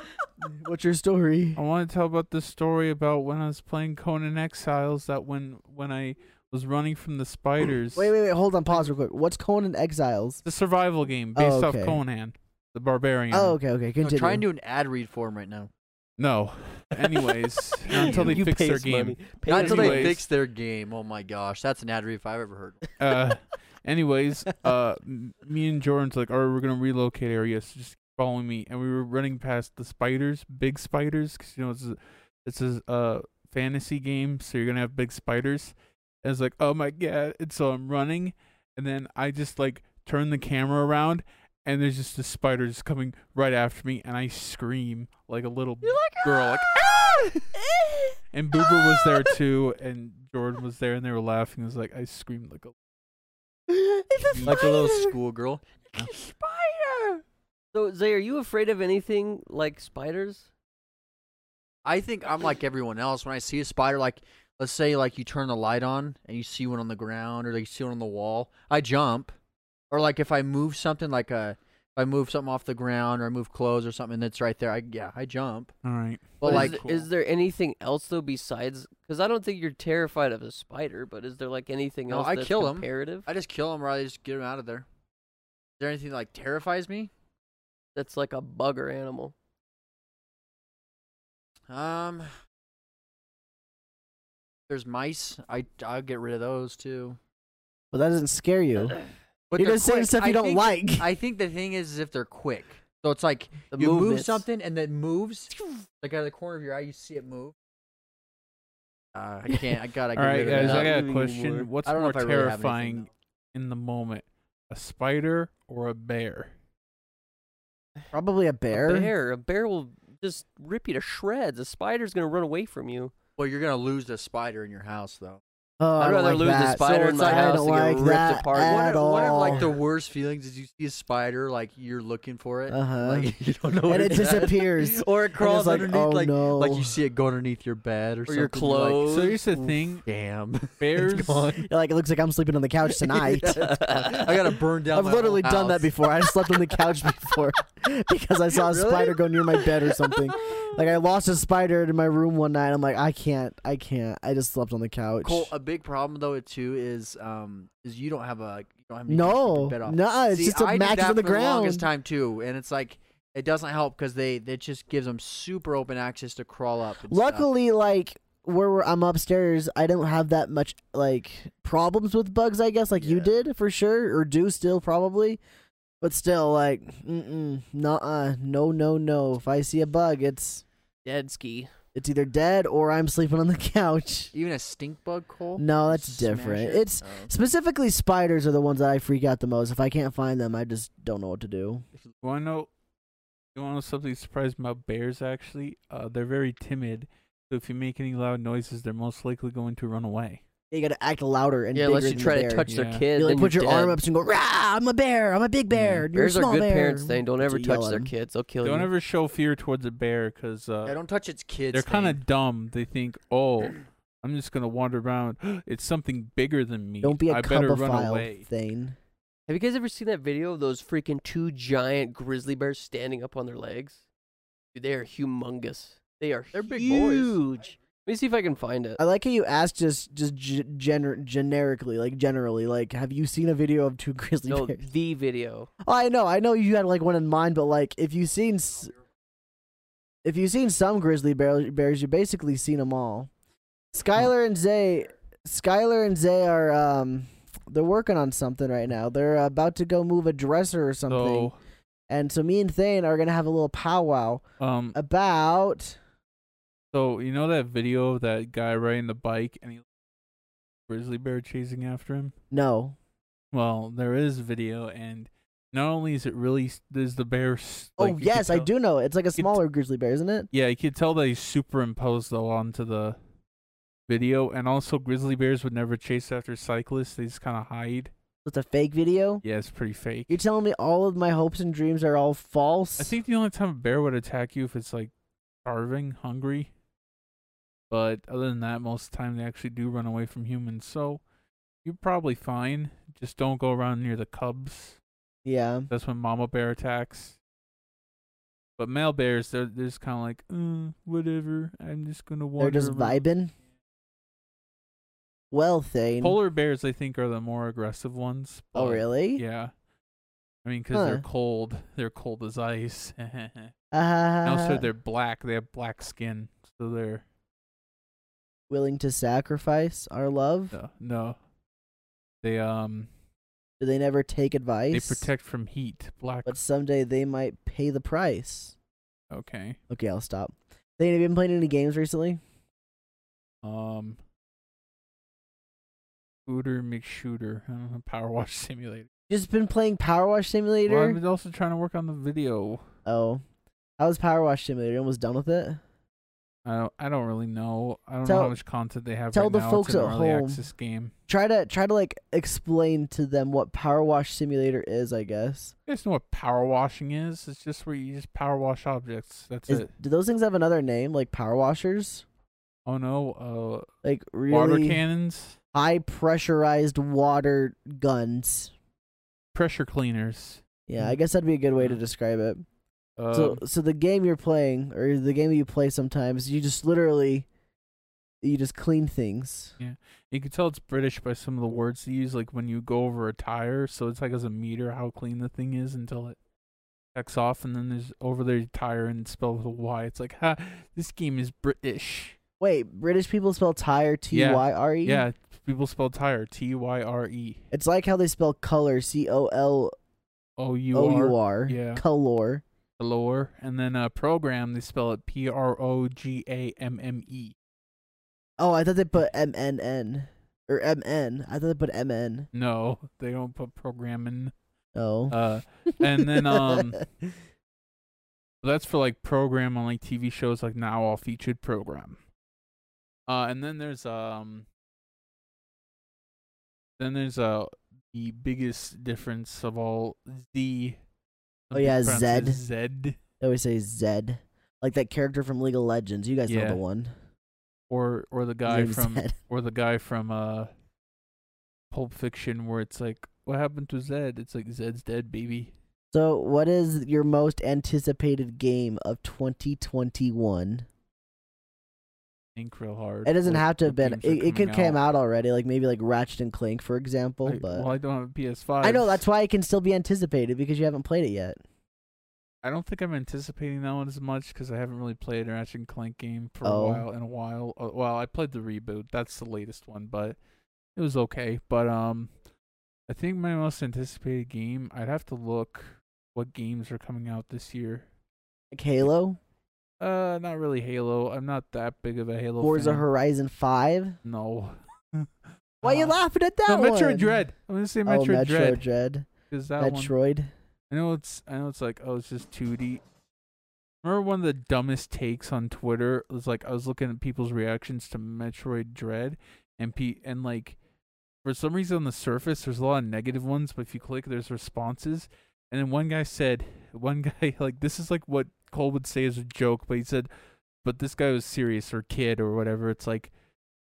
A: What's your story?
E: I want to tell about the story about when I was playing Conan Exiles. That when when I was running from the spiders.
A: Wait, wait, wait. Hold on. Pause real quick. What's Conan Exiles?
E: The survival game
A: Oh,
E: based
A: okay.
E: off Conan the Barbarian.
A: Oh, okay, okay.
D: No,
A: Continue.
D: try and do an ad read for him right now.
E: no. Anyways, not until they
B: You
E: fix
B: pay
E: their
B: us
E: game.
B: money. Pay
D: Not
B: us
D: until they
B: money.
E: Anyways.
D: fix their game. Oh my gosh, that's an ad read if I've ever heard.
E: uh, anyways, uh, m- me and Jordan's like, all right, we're gonna relocate areas. So just follow me, and we were running past the spiders, big spiders, because you know it's a, it's a uh, fantasy game, so you're gonna have big spiders. And it's like, oh my god! And so I'm running, and then I just like turn the camera around, and there's just the spiders coming right after me, and I scream like a little girl, like. "Ah!" And Boober was there too, and Jordan was there, and they were laughing. It was like I screamed like a
A: It's a
D: Like a little
A: spider.
D: schoolgirl.
A: spider.
B: So Zay, are you afraid of anything like spiders?
D: I think I'm like everyone else. When I see a spider, like let's say like you turn the light on and you see one on the ground or like you see one on the wall, I jump. Or like if I move something, like uh if I move something off the ground or I move clothes or something that's right there, I yeah, I jump.
E: All right.
D: But
B: is
D: like
B: th- is, there anything else though besides? Because I don't think you're terrified of a spider, but is there like anything
D: No,
B: else
D: I
B: that's
D: kill 'em.
B: comparative?
D: I just kill them or I just get them out of there. there anything that, like terrifies me?
B: That's like a bug or animal.
D: Um, there's mice. I I'll get rid of those too.
A: But that doesn't scare you.
D: But
A: You're
D: they're
A: just saying
D: quick.
A: stuff you
D: I
A: don't
D: think-
A: like.
D: I think the thing is, is if they're quick. So it's like
B: The
D: you move
B: movements.
D: something and then moves, like out of the corner of your eye, you see it move. Uh, I can't. I gotta.
E: All
D: get
E: right,
D: rid of
E: guys,
D: that.
E: I got a
B: Moving
E: question.
B: forward.
E: What's
D: I don't know if
E: more
D: I really have anything,
E: terrifying
D: though.
E: in the moment, a spider or a bear?
A: Probably a bear.
B: A bear. A bear will just rip you to shreds. A spider's gonna run away from you.
D: Well, you're gonna lose the spider in your house though.
A: Oh, I
B: I'd
A: don't
B: rather
A: like
B: lose a
A: that. so
B: spider in
A: it's
B: my
A: like,
B: house
A: I don't
B: than get
A: like
B: ripped
A: that
B: apart.
A: At
B: What
D: One of,
A: all.
D: one of like the worst feelings is you see a spider, like you're looking for it,
A: Uh-huh.
D: like you don't know,
A: And
D: where
A: it
D: it's at.
A: disappears.
D: or it
A: And it's
D: crawls
A: like,
D: underneath,
A: oh,
D: like
A: no.
D: like you see it go underneath your bed or,
B: Or your
D: something, you're like,
B: clothes.
E: So here's the thing:
D: Damn, It's
E: bears.
D: gone.
A: You're like, it looks like I'm sleeping on the couch tonight.
D: I gotta burn down.
A: I've
D: my whole
A: literally done that
D: house.
A: before. I slept on the couch before because I saw a
D: Really?
A: spider go near my bed or something. Like I lost a spider in my room one night. I'm like, I can't, I can't. I just slept on the couch.
D: Cole, a big problem though it too is um is you don't have a you don't have any
A: No,
D: bed off.
A: no, it's
D: See,
A: just a
D: I did
A: mattress
D: that
A: on the
D: for the longest
A: ground.
D: time too, and it's like it doesn't help because they it just gives them super open access to crawl up. and stuff.
A: Luckily, like where we're, I'm upstairs, I don't have that much like problems with bugs. I guess like you
D: Yeah.
A: did for sure, or do still probably, but still like, mm no, uh, no, no, no. If I see a bug, it's
B: Dead ski.
A: it's either dead or I'm sleeping on the couch.
D: even a stink bug, Cole.
A: No, that's
D: Smash
A: different.
D: it?
A: It's
D: Oh.
A: specifically spiders are the ones that I freak out the most. If I can't find them, I just don't know what to do.
E: You want to know? You want to know something surprising about bears? Actually, uh, they're very timid. So if you make any loud noises, they're most likely going to run away.
A: You got to act louder and
B: Yeah,
A: bigger
B: unless
A: than
B: you try
A: the
B: to
A: bear.
B: touch
E: Yeah.
B: their kid.
A: You like
B: then
A: put your
B: you're
A: arm
B: dead. Mm.
A: up and go, "Rah! I'm a bear. I'm a big bear. You're
B: Bears
A: a
B: are
A: small
B: good
A: bear."
B: parents thing. Don't ever
A: To
B: touch
A: yell
B: their
A: at 'em.
B: kids. They'll kill
E: Don't
B: you.
E: ever show fear towards a bear because uh,
D: Oh. Yeah, don't touch its kids.
E: they're kind
D: thing.
E: of dumb. They think, oh, I'm just gonna wander around. it's something bigger than me.
A: Don't be a
E: I better run away.
A: cubophile thing.
B: Have you guys ever seen that video of those freaking two giant grizzly bears standing up on their legs? Dude, they are humongous. They are
D: They're big boys.
B: huge. Let me see if I can find it.
A: I like how you asked just just g- gener- generically, like generally, like have you seen a video of two grizzly
B: No,
A: bears?
B: the video.
A: Oh, I know, I know you had like one in mind, but like if you've seen s- if you've seen some grizzly bear- bears, you've basically seen them all. Skylar and Zay, Skylar and Zay are um, they're working on something right now. They're about to go move a dresser or something,
E: So,
A: and so me and Thane are gonna have a little powwow
E: um,
A: about.
E: so you know that video of that guy riding the bike and he grizzly bear chasing after him.
A: No,
E: Well, there is video, and not only is it really is the bear. s- Like,
A: oh
E: you could
A: yes, I
E: tell-
A: do know. It's like a
E: could-
A: smaller grizzly bear, isn't it?
E: Yeah, you could tell that he's superimposed though onto the video, and also grizzly bears would never chase after cyclists. They just kind of hide.
A: It's a fake video.
E: Yeah, it's pretty fake.
A: You're telling me all of my hopes and dreams are all false?
E: I think the only time a bear would attack you if it's like starving, hungry. But other than that, most of the time they actually do run away from humans, so you're probably fine. Just don't go around near the cubs.
A: yeah.
E: That's when mama bear attacks. But male bears, they're, they're just kind of like, mm, whatever. I'm just gonna
A: They're
E: wander.
A: just
E: around."
A: vibing. Well, Thane.
E: Polar bears, I think, are the more aggressive ones.
A: oh,
E: but
A: really?
E: Yeah. I mean, because they're
A: Huh.
E: cold. They're cold as ice. and
A: Uh,
E: also, they're black. They have black skin, so they're
A: willing to sacrifice our love.
E: no, no. They um,
A: Do they never take
E: they
A: advice?
E: protect from heat. Black.
A: But someday they might pay the price.
E: Okay.
A: Okay, I'll stop. Thane, have you been playing any games recently?
E: Um. Shooter McShooter. I don't know. Power Wash Simulator.
A: Just been playing Power Wash Simulator.
E: Well, I'm also trying to work on the video.
A: Oh, how was Power Wash Simulator? You Almost done with it.
E: I don't. I don't really know. I don't know
A: Tell-
E: how much content they have
A: tell
E: right
A: the
E: now.
A: folks
E: it's an
A: at
E: early
A: home.
E: access game.
A: Try to try to like explain to them what Power Wash Simulator is. I guess.
E: You guys know what power washing is? It's just where you just power wash objects. That's
A: Is,
E: it.
A: do those things have another name, like power washers?
E: Oh no.
A: Like
E: Uh,
A: really
E: water cannons,
A: high pressurized water guns.
E: pressure cleaners.
A: Yeah,
E: Mhm.
A: I guess that'd be a good way to describe it.
E: Uh,
A: so, so the game you're playing, or the game you play sometimes, you just literally, You just clean things.
E: You can tell it's British by some of the words they use, like when you go over a tire. So it's like as a meter how clean the thing is until it checks off, and then there's over their tire and it's spelled with a Y. It's like, ha, this game is British.
A: Wait, British people spell tire T
E: Yeah.
A: Y R E.
E: Yeah, people spell tire T Y R E
A: It's like how they spell color C O L
E: O U
A: O
E: R.
A: U R.
E: Yeah.
A: Oh, Color.
E: Galore. And then uh, program, they spell it P R O G A M M E.
A: Oh, I thought they put M N N or M N. I thought they put M N.
E: No, they don't put program in.
A: Oh.
E: Uh, and then, um, that's for like program on like TV shows, like now all featured program. Uh, and then there's um, then there's uh the biggest difference of all Z.
A: Oh, yeah,
E: Zed.
A: Zed.
E: Zed
A: they always say Zed, like that character from League of Legends. You guys know
E: Yeah.
A: the one.
E: or or the guy
A: name's
E: from
A: Zed.
E: or the guy from uh Pulp Fiction where it's like what happened to Zed? It's like Zed's dead, baby.
A: So, what is your most anticipated game of 2021?
E: Think real hard.
A: It doesn't
E: what-
A: have to have
E: what
A: been.
E: games are
A: It, it could
E: coming
A: came out already, like maybe like Ratchet and Clank, for example.
E: I-
A: but
E: well, I don't have a PS5.
A: I know that's why it can still be anticipated because you haven't played it yet.
E: I don't think I'm anticipating that one as much because I haven't really played a Ratchet and Clank game for
A: Oh.
E: a while. In a while, Uh, well, I played the reboot. That's the latest one, but it was okay. But um, I think my most anticipated game. I'd have to look what games are coming out this year.
A: Like Halo,
E: Uh, not really Halo. I'm not that big of a Halo.
A: Forza
E: fan.
A: Horizon Five.
E: No.
A: Why are you
E: Uh,
A: laughing at that
E: No,
A: one?
E: Metroid Dread. I'm gonna say
A: Oh,
E: Metroid
A: Metroid
E: Dread
A: Dread.
E: because that one.
A: Metroid.
E: I know it's I know it's like oh it's just 2D. Remember one of the dumbest takes on Twitter was like I was looking at people's reactions to Metroid Dread and P and like for some reason on the surface there's a lot of negative ones but if you click there's responses and then one guy said one guy like this is like what Cole would say as a joke but he said but this guy was serious or kid or whatever it's like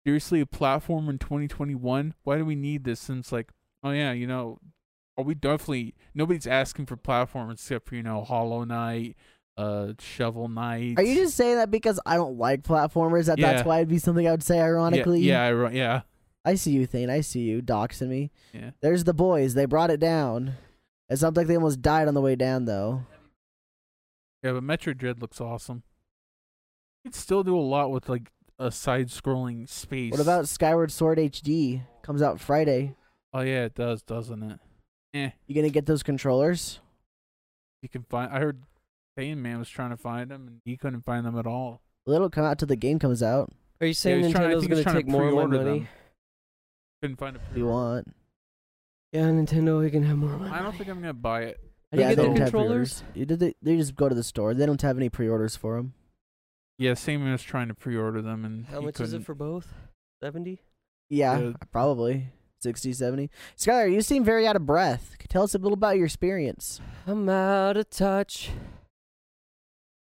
E: seriously a platform in 2021 why do we need this and it's like oh yeah you know are we definitely nobody's asking for platforms except for you know Hollow Knight, uh, Shovel Knight.
A: Are you just saying that because I don't like platformers? That
E: Yeah.
A: that's why it'd be something I would say ironically.
E: Yeah, yeah, I ro- yeah.
A: I see you, Thane. I see you doxing me.
E: Yeah.
A: There's the boys. They brought it down. It sounds like they almost died on the way down, though.
E: Yeah, but Metro Dread looks awesome. You could still do a lot with like a side-scrolling space.
A: What about Skyward Sword HD? Comes out Friday.
E: Oh yeah, it does, doesn't it? Eh,
A: You gonna get those controllers?
E: You can find. I heard Pain Man was trying to find them, and he couldn't find them at all.
A: Well, it'll come out till the game comes out.
B: Are you saying
E: yeah, he's trying, I
B: Nintendo's
E: think he's
B: going to
E: trying
B: take more of my
E: pre-order
B: money?
E: them. Couldn't find a
A: If you
E: pre-order.
A: want?
B: Yeah, Nintendo, we can have more of my
E: I don't think I'm gonna buy it.
B: How do you
A: Yeah,
B: get
A: they
B: the
A: don't have
B: controllers?
A: You did. They, they just go to the store. They don't have any pre-orders for them.
E: Yeah, Sam was trying to pre-order them, and
B: How
E: he
B: much
E: couldn't.
B: is it for both? 70?
A: Yeah,
E: Yeah.
A: probably 60, 70. Skylar, you seem very out of breath. Tell us a little about your experience.
B: I'm out of touch.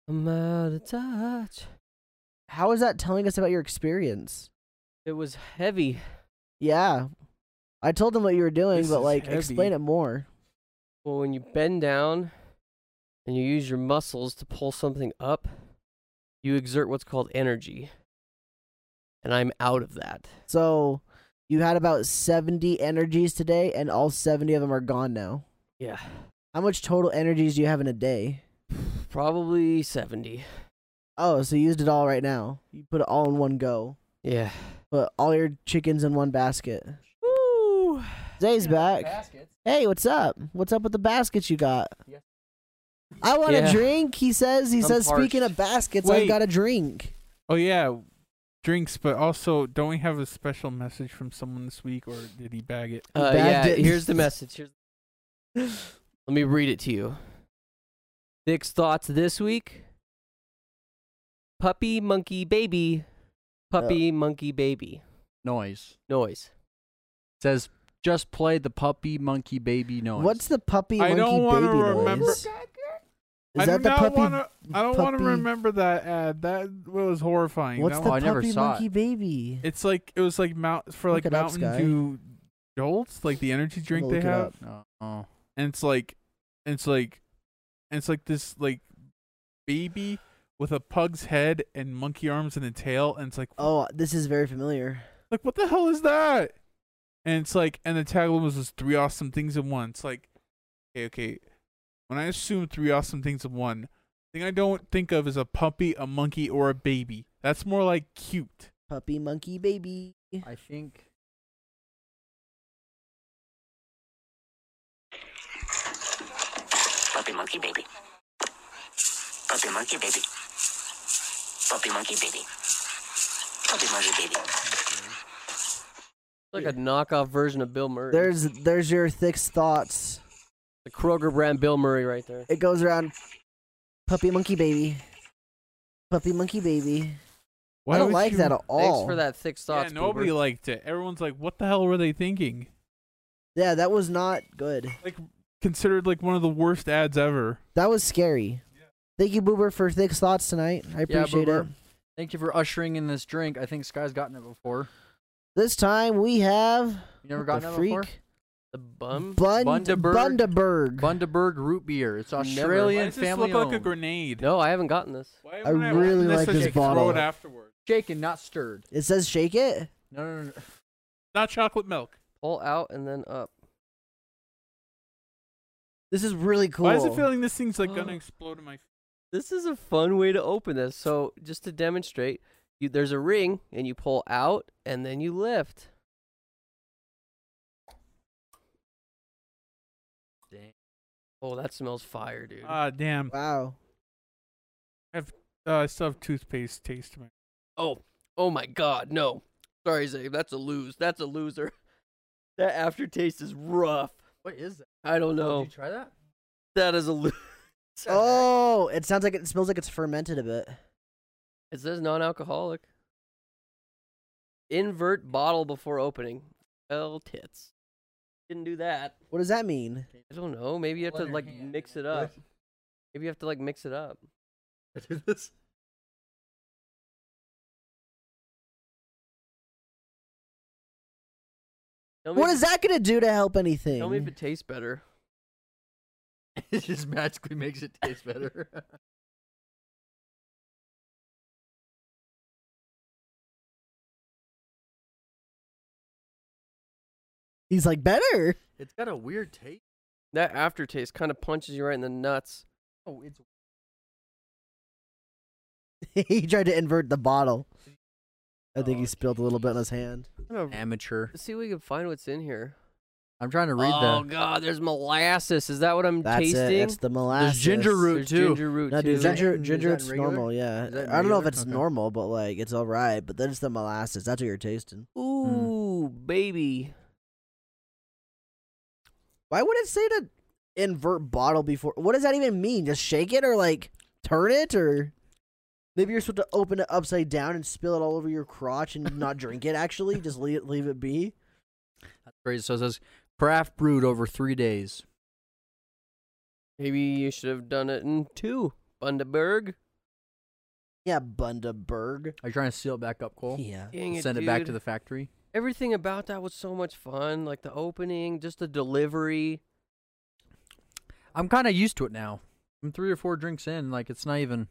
B: I'm out of touch.
A: How is that telling us about your experience?
B: It was heavy.
A: Yeah. I told them what you were doing,
E: This
A: but
E: is
A: like
E: heavy.
A: explain it more.
B: Well, when you bend down and you use your muscles to pull something up, you exert what's called energy. And I'm out of that.
A: So you had about 70 energies today and all 70 of them are gone now.
B: Yeah.
A: How much total energies do you have in a day?
B: Probably 70.
A: Oh, so you used it all right now. You put it all in one go.
B: Yeah.
A: Put all your chickens in one basket.
B: Woo!
A: Zay's back. Hey, what's up? What's up with the baskets you got?
D: Yeah.
A: I want a
B: Yeah.
A: drink, he says. He
B: I'm
A: says, speaking
B: parched.
A: of baskets,
E: Wait.
A: I've got a drink.
E: Oh yeah, drinks. But also, don't we have a special message from someone this week, or did he bag it?
B: Uh,
A: bagged
B: yeah,
A: it.
B: here's the message. Here's... Let me read it to you. Dick's thoughts this week Puppy, monkey, baby. Puppy, monkey, baby.
D: Noise
B: Noise.
D: says just play the puppy monkey baby noise.
A: What's the puppy
E: I
A: monkey
E: don't
A: baby
E: wanna remember-
A: noise? Is
E: I
A: that
E: do
A: the
E: not
A: puppy
E: Wanna, I don't want to
A: puppy-
E: remember that ad. That was horrifying.
A: What's
E: That
A: the
D: I
E: one-
D: never
A: puppy
D: saw
A: monkey
D: it.
A: baby?
E: It's like it was like mount for like
A: Look it up,
E: Mountain
A: Sky.
E: Dew jolts, like the energy drink
A: look
E: they
A: it
E: have,
A: up.
D: Oh, oh.
E: and it's like, it's like, it's like this like baby with a pug's head and monkey arms and a tail, and it's like,
A: Oh, this is very familiar.
E: like what the hell is that? And it's like, and the tagline was just three awesome things in one. It's like, okay, okay. When I assume three awesome things in one, thing I don't think of is a puppy, a monkey, or a baby. That's more like cute.
A: Puppy monkey baby.
D: I think.
F: Puppy monkey baby. Puppy monkey baby. Puppy monkey baby. Puppy monkey baby.
B: like a knockoff version of Bill Murray.
A: There's there's your thick thoughts.
B: the Kroger brand Bill Murray right there.
A: It goes around. Puppy monkey baby. Puppy monkey baby.
E: Why
A: I don't
E: would
A: like
E: you-
A: that at all.
B: Thanks for that thick
E: Yeah,
B: thoughts.
E: nobody
B: Boober.
E: liked it. Everyone's like, what the hell were they thinking?
A: Yeah, that was not good.
E: Like, considered like one of the worst ads ever.
A: That was scary. Thank you, Boober, for thick thoughts tonight. I appreciate it.
B: Boober.
D: Thank you for ushering in this drink. I think Sky's gotten it before.
A: This time we have
D: You never
A: what
D: gotten
A: the
D: that
A: freak
D: before?
B: the bum.
A: Bund-
D: Bundaberg.
A: Bundaberg.
D: Bundaberg root beer. It's
B: Never.
E: Why
D: Australian
E: does this
D: family
E: look like a
D: owned.
E: grenade?
B: No, I haven't gotten this.
E: Why
A: I
E: haven't
A: really
E: opened
A: like
E: and
A: this
E: just
A: bottle.
E: Throw it afterwards.
D: Shaken, not stirred.
A: it says shake it.
D: No, no, no. no.
E: Not chocolate milk.
B: Pull out and then up.
A: This is really cool.
E: Why is it feeling this thing's like gonna explode in my?
B: This is a fun way to open this. So just to demonstrate, you, there's a ring and you pull out and then you lift. Dang. Oh, that smells fire, dude.
E: Ah, damn.
A: Wow.
E: Uh, I still have toothpaste taste. in my-
B: oh, oh my God, no. Sorry, Zabe, that's a lose. That's a loser. That aftertaste is rough.
D: What is that?
B: I don't
D: Oh,
B: know.
D: Did you try that?
B: That is a lose.
A: Oh, it sounds like it smells like it's fermented a bit.
B: It says non-alcoholic. Invert bottle before opening. Hell tits. Didn't do that.
A: What does that mean?
B: I don't know. Maybe you have
D: Hold
B: to
D: on your
B: like
D: hand.
B: mix it up. Maybe you have to like mix it up.
D: I do this.
B: Tell me
A: What
B: if,
A: is that gonna do to help anything?
B: Tell me if it tastes better.
D: It just magically makes it taste better.
A: He's like better.
D: it's got a weird taste.
B: That aftertaste kind of punches you right in the nuts.
D: Oh, it's
A: he tried to invert the bottle. I think
D: Oh,
A: he spilled a little bit on his hand.
B: I'm gonna-
D: amateur.
B: Let's see if we can find what's in here.
D: I'm trying to read
B: oh god, there's molasses. Is that what I'm
A: That's
B: tasting?
A: it. That's the molasses.
D: ginger root.
B: There's
D: too.
B: ginger root
A: No,
B: too.
A: dude,
D: Is that
A: ginger,
D: in- is
A: ginger,
D: that
A: it's
D: in regular?
A: normal. Yeah,
D: Is that in
A: I don't know if
D: regular?
A: it's
D: Okay.
A: normal, but like it's all right. But that's the molasses. That's what you're tasting.
B: Ooh, baby.
A: Why would it say to invert bottle before? What does that even mean? Just shake it or like turn it or maybe you're supposed to open it upside down and spill it all over your crotch and not drink it. Actually, just leave it, leave it be.
D: That's crazy. So it says craft brewed over three days.
B: Maybe you should have done it in two. Bundaberg.
A: Yeah, Bundaberg.
D: Are you trying to seal it back up, Cole?
A: Yeah,
B: Dang it,
D: Send it back
B: dude.
D: to the factory.
B: everything about that was so much fun. Like the opening, just the delivery.
D: I'm kind of used to it now. I'm three or four drinks in. Like it's not even.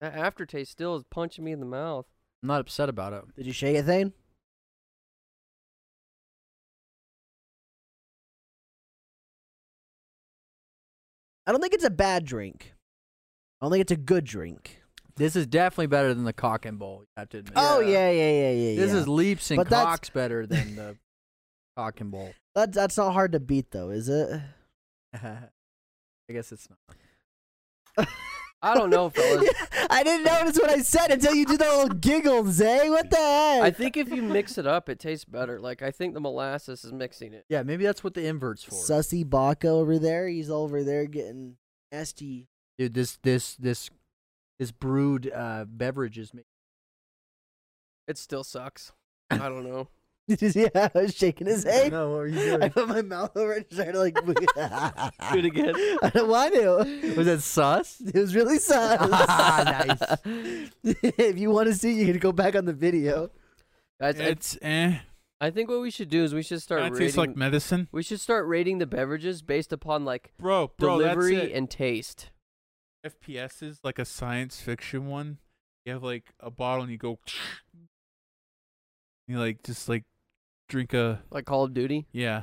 B: That aftertaste still is punching me in the mouth.
D: I'm not upset about it.
A: did you shake it, Thane? I don't think it's a bad drink. I don't think it's a good drink.
D: This is definitely better than the cock and bowl. You have to admit.
A: Oh yeah, yeah, yeah, yeah.
D: This
A: yeah.
D: is leaps and
A: But that's-
D: cocks better than the cock and bowl.
A: That, that's not hard to beat, though, is it?
D: I guess it's not.
B: I don't know, fellas.
A: I didn't notice what I said until you did the little giggle, Zay. What the heck?
B: I think if you mix it up, it tastes better. Like I think the molasses is mixing it.
D: Yeah, maybe that's what the inverts for.
A: Sussy Baco over there. He's over there getting nasty.
D: Dude, this this this this brewed uh, beverage is. ma-
B: It still sucks. I don't know.
A: yeah, I was shaking his head.
D: No, what were you
A: I put my mouth over it and started like. Do it
B: again.
A: I don't want to.
D: Was that sus?
A: It was really sus.
D: Ah,
A: if you want to see, you can go back on the video.
B: Guys, I,
E: It's eh.
B: I think what we should do is we should start
E: That
B: rating.
E: tastes like medicine,
B: we should start rating the beverages based upon like
E: bro. Bro,
B: delivery
E: that's it.
B: and taste.
E: FPS is like a science fiction one. You have like a bottle and you go. You like just like drink a
B: Like Call of Duty.
E: yeah.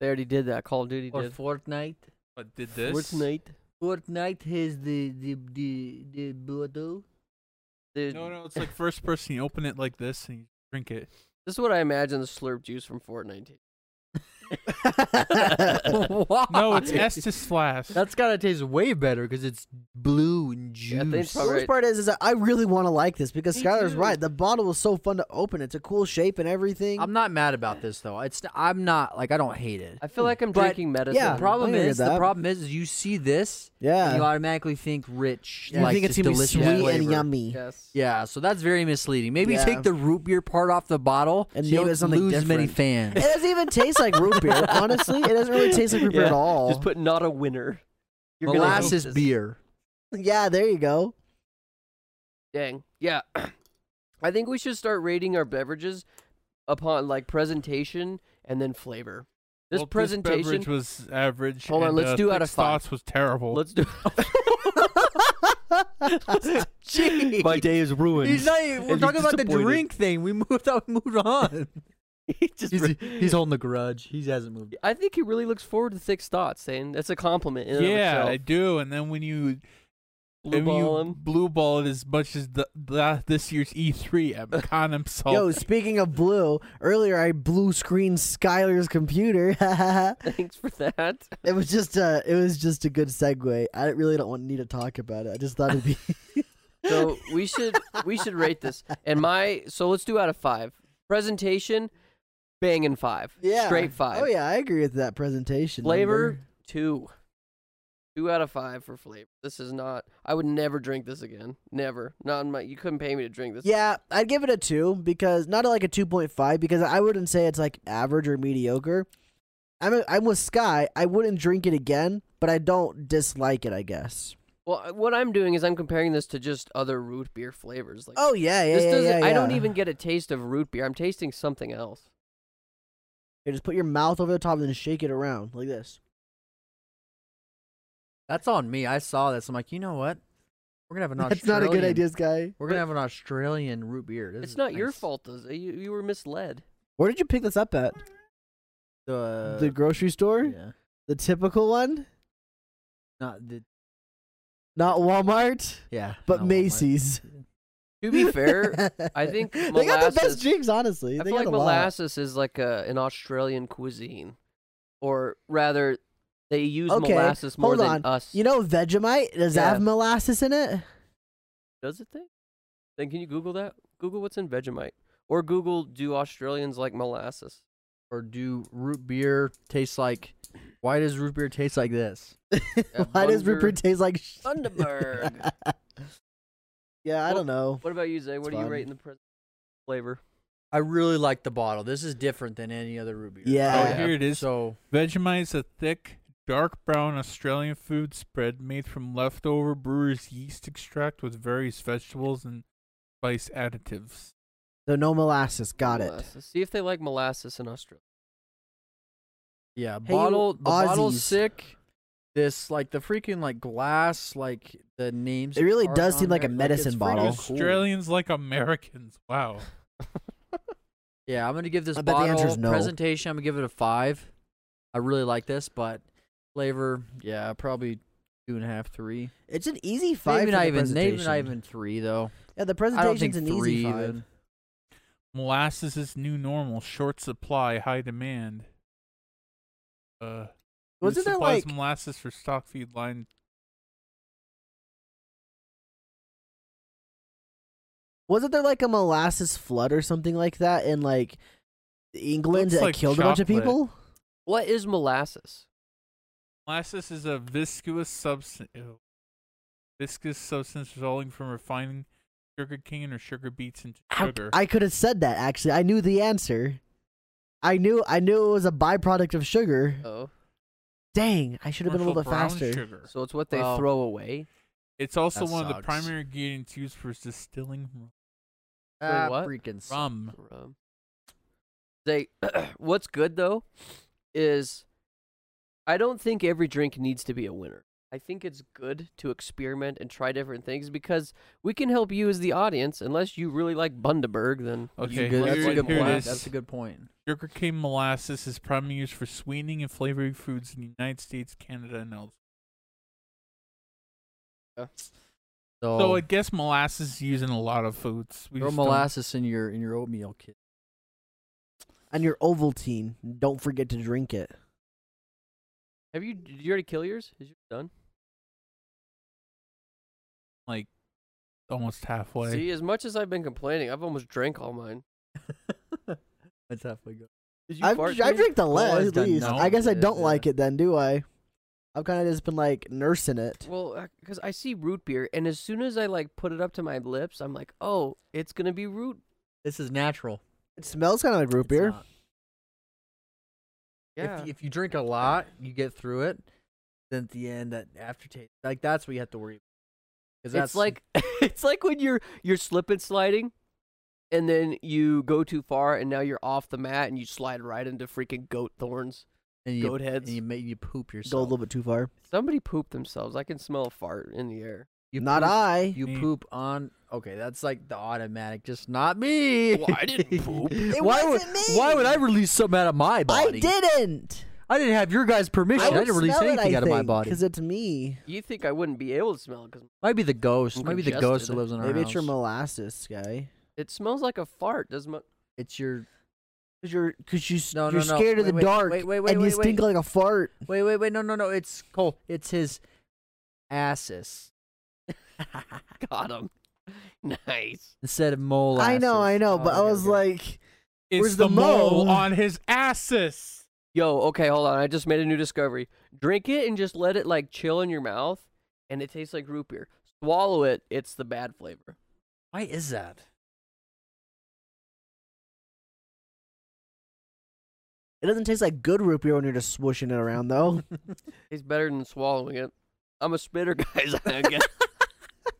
B: They already did that. Call of Duty
D: Or
B: did.
D: Fortnite.
E: But did this?
B: Fortnite.
D: Fortnite has the the the the bottle.
B: The-
E: No, no, it's like first person. You open it like this and you drink it.
B: This is what I imagine the slurp juice from Fortnite. tastes-
D: Why?
E: No, it's Estes Flask.
D: That's gotta taste way better because it's blue and juice.
B: Yeah, I think it's
A: The
B: probably-
A: worst part is, is that I really want to like this because
E: Me
A: Skylar's
E: too.
A: right. The bottle was so fun to open. It's a cool shape and everything.
D: I'm not mad about this though. It's I'm not like I don't hate it.
B: I feel like I'm
D: But-
B: drinking medicine.
A: Hmm. yeah,
D: The problem
A: I hear
D: is the
A: that.
D: problem is, is you see this and
A: yeah.
D: you automatically think rich.
A: You
D: like,
A: think it's
D: just
A: gonna be
D: delicious
A: sweet and
D: flavor.
A: yummy.
B: Yes.
D: Yeah, so that's very misleading. Maybe
A: Yeah.
D: take the root beer part off the bottle
A: And
D: so you
A: name it
D: don't
A: something
D: lose many
A: different.
D: fans.
A: It doesn't even taste like root beer. Honestly, it doesn't really taste like root beer
B: Yeah,
A: at all.
B: Just put not a winner. You're gonna hate
D: Molasses
B: this.
D: beer.
A: yeah, there you go.
B: Dang. Yeah. I think we should start rating our beverages upon like presentation and then flavor. This
E: Well,
B: presentation.
E: beverage was average.
B: Hold on,
E: and,
B: let's
E: uh,
B: do out
E: Thick
B: of five.
E: Thoughts was terrible.
B: let's do.
D: Jeez.
B: My day is ruined.
D: He's not even,
B: And
D: we're
B: he's
D: talking about the
B: disappointed.
D: drink thing. We moved out, moved on.
B: He just
D: he's,
B: re-
D: he's holding the grudge. He hasn't moved.
B: I think he really looks forward to thick thoughts, and that's a compliment. In and of
E: yeah, I
B: itself.
E: do. And then when you
B: Blue
E: when you
B: ball him.
E: blue ball it as much as the, the this year's E3 at Con himself.
A: Yo, speaking of blue, earlier I blue screened Skylar's computer.
B: Thanks for that.
A: it was just a, it was just a good segue. I really don't want need to talk about it. I just thought it'd be.
B: So we should we should rate this. And my so let's do out of five. Presentation, banging five.
A: Yeah.
B: Straight five.
A: Oh yeah, I agree with that presentation.
B: Flavor
A: number.
B: two. Two out of five for flavor. This is not I would never drink this again. Never. Not in my you couldn't pay me to drink this.
A: Yeah, I'd give it a two because not like a two point five because I wouldn't say it's like average or mediocre. I'm a, I'm with Sky. I wouldn't drink it again, but I don't dislike it. I guess.
B: Well I- what I'm doing is I'm comparing this to just other root beer flavors. Like
A: Oh yeah, yeah,
B: this
A: yeah,
B: doesn't
A: yeah,
B: I don't
A: yeah.
B: even get a taste of root beer. I'm tasting something else.
A: Here, just put your mouth over the top and then shake it around like this.
D: That's on me. I saw this. I'm like, you know what? We're gonna have an
A: That's
D: Australian.
A: not a good idea, Sky.
D: We're gonna have an Australian root beer. This
B: it's
D: is
B: not your
D: nice.
B: fault though. You you were misled.
A: Where did you pick this up at?
B: Uh,
D: The,
A: the grocery store?
D: yeah.
A: The typical one?
D: Not the
A: Not Walmart,
D: yeah.
A: but
D: not Walmart.
A: Macy's.
B: To be fair, I think
A: they got the
B: molasses-
A: best drinks, honestly.
B: I
A: they
B: feel
A: got
B: like
A: a lot.
B: molasses is like a, an Australian cuisine, or rather, they use
A: Okay,
B: molasses more
A: hold
B: than
A: on.
B: us.
A: You know Vegemite? Does that have
B: Yeah.
A: molasses in it?
B: does it think? Then can you Google that? Google what's in Vegemite, or Google do Australians like molasses?
D: Or do root beer taste like? Why does root beer taste like this?
A: Why does root beer
B: Bundaberg-
A: taste like shit?
B: Bundaberg.
A: yeah, I
B: Well-
A: don't know.
B: what about you, Zay? What
A: It's
B: do you
A: fine.
B: rate in the present flavor?
D: I really like the bottle. This is different than any other root beer.
A: Yeah.
E: Oh, here it is.
D: So
E: Vegemite is a thick, dark brown Australian food spread made from leftover brewer's yeast extract with various vegetables and spice additives.
A: So no molasses. Got it.
B: molasses. See if they like molasses in Australia.
D: yeah,
A: Hey, you
D: bottle. The bottle's
A: Aussies.
D: sick. This like the freaking like glass like the names.
A: It really
D: aren't
A: does seem
D: on
A: like a
D: there.
A: medicine
D: it's freaking
A: bottle.
D: cool.
E: Australians like Americans. Wow.
D: Yeah, I'm gonna give this
A: I bet the
D: bottle
A: answer is no.
D: presentation. I'm gonna give it a five. I really like this, but flavor, yeah, probably two and a half, three.
A: It's an easy five.
D: maybe
A: for
D: not
A: the
D: even, maybe
A: presentation.
D: not even three though.
A: Yeah, the
D: I don't think
A: presentation's an
D: three.
A: easy five.
D: even.
E: Molasses is new normal, short supply, high demand. Uh, who
A: Wasn't there
E: supplies
A: like
E: molasses for stock feed line?
A: wasn't there like a molasses flood or something like that in like England
E: Looks
A: that
E: like
A: killed a bunch of
E: chocolate.
A: people?
B: What is molasses?
E: Molasses is a viscous substance. Viscous substance resulting from refining sugar cane or sugar beets into
A: How-
E: sugar.
A: I could have said that actually. I knew the answer. I knew I knew it was a byproduct of sugar.
B: Oh,
A: Dang, I should have been a
E: Commercial
A: little bit
E: brown
A: faster.
E: sugar.
B: so it's what they
D: Well,
B: throw away.
E: It's also
D: That
E: one of the
D: sucks.
E: primary ingredients used for distilling rum.
B: Wait,
D: Ah,
B: what?
D: freaking s-
E: rum.
B: Um, They what's good though is I don't think every drink needs to be a winner. I think it's good to experiment and try different things because we can help you as the audience. Unless you really like Bundaberg, then
E: Okay,
D: Good-
E: here,
D: that's a good
E: here
D: point.
E: it is.
D: That's a good point.
E: Sugar cane molasses is primarily used for sweetening and flavoring foods in the United States, Canada, and elsewhere.
D: So,
E: So I guess molasses is used in a lot of foods. We
D: Oh. throw
E: just don't-
D: molasses in your in your oatmeal kit.
A: And your Ovaltine. Don't forget to drink it.
B: have you? Did you already kill yours? Is yours done?
E: almost halfway.
B: See, as much as I've been complaining, I've almost drank all mine.
D: that's halfway good.
B: Did you
A: I've,
B: fart,
A: I've
B: Jimmy?
A: drank the
D: I've
A: less, at
D: done
A: least.
E: no.
A: I guess I
D: Yeah,
A: don't
D: yeah.
A: like it then, do I? I've kind of just been like nursing it.
B: Well, because I see root beer, and as soon as I like put it up to my lips, I'm like, oh, it's gonna be root.
D: This is natural.
A: It smells kind of like root
D: It's
A: beer.
D: not. If, if you drink a lot, you get through it. Then at the end, that aftertaste, like that's what you have to worry. about. 'Cause
B: It's
D: that's
B: like it's like when you're you're slipping sliding, and then you go too far, and now you're off the mat, and you slide right into freaking goat thorns.
D: and you,
B: goat heads.
D: And you make you poop
A: Go a
D: yourself.
A: little bit too far.
B: Somebody pooped themselves. I can smell a fart in the air.
D: You
A: Not
D: poop,
A: I.
D: You
E: Me.
D: poop on. Okay, that's like the automatic. Just not me.
B: Well, I didn't poop.
A: It
D: why
A: wasn't
D: would,
A: me.
D: Why would I release something out of my
A: I
D: body?
A: didn't.
D: I didn't have your guys' permission. I, didn't release anything out of my body.
A: because it's me.
B: You think I wouldn't be able to smell it because
D: Might be the ghost.
B: I'm
D: Might be the ghost that
B: congested.
D: lives in our
A: Maybe
D: house.
A: it's your molasses guy.
B: it smells like a fart. Doesn't mu-
D: It's your.
A: Cause you're, cause you, s-
D: No, no,
A: you're
D: no.
A: scared of
D: Wait,
A: the
D: wait,
A: dark,
D: wait, wait, wait,
A: and you
D: wait,
A: stink
D: wait.
A: like a fart.
D: Wait, wait, wait. No, no, no. It's Cole. It's his asses
B: got him? Nice.
D: instead of molasses.
A: I know, I know,
D: Oh,
A: but I
D: okay,
A: was
D: okay.
A: like,
E: it's
A: where's
E: the,
A: the
E: mole
A: mole?
E: on his asses.
B: Yo, okay, hold on. I just made a new discovery. Drink it and just let it like chill in your mouth, and it tastes like root beer. Swallow it. It's the bad flavor.
D: why is that?
A: it doesn't taste like good root beer when you're just swooshing it around, though.
B: Tastes better than swallowing it. I'm a spitter, guys. I guess.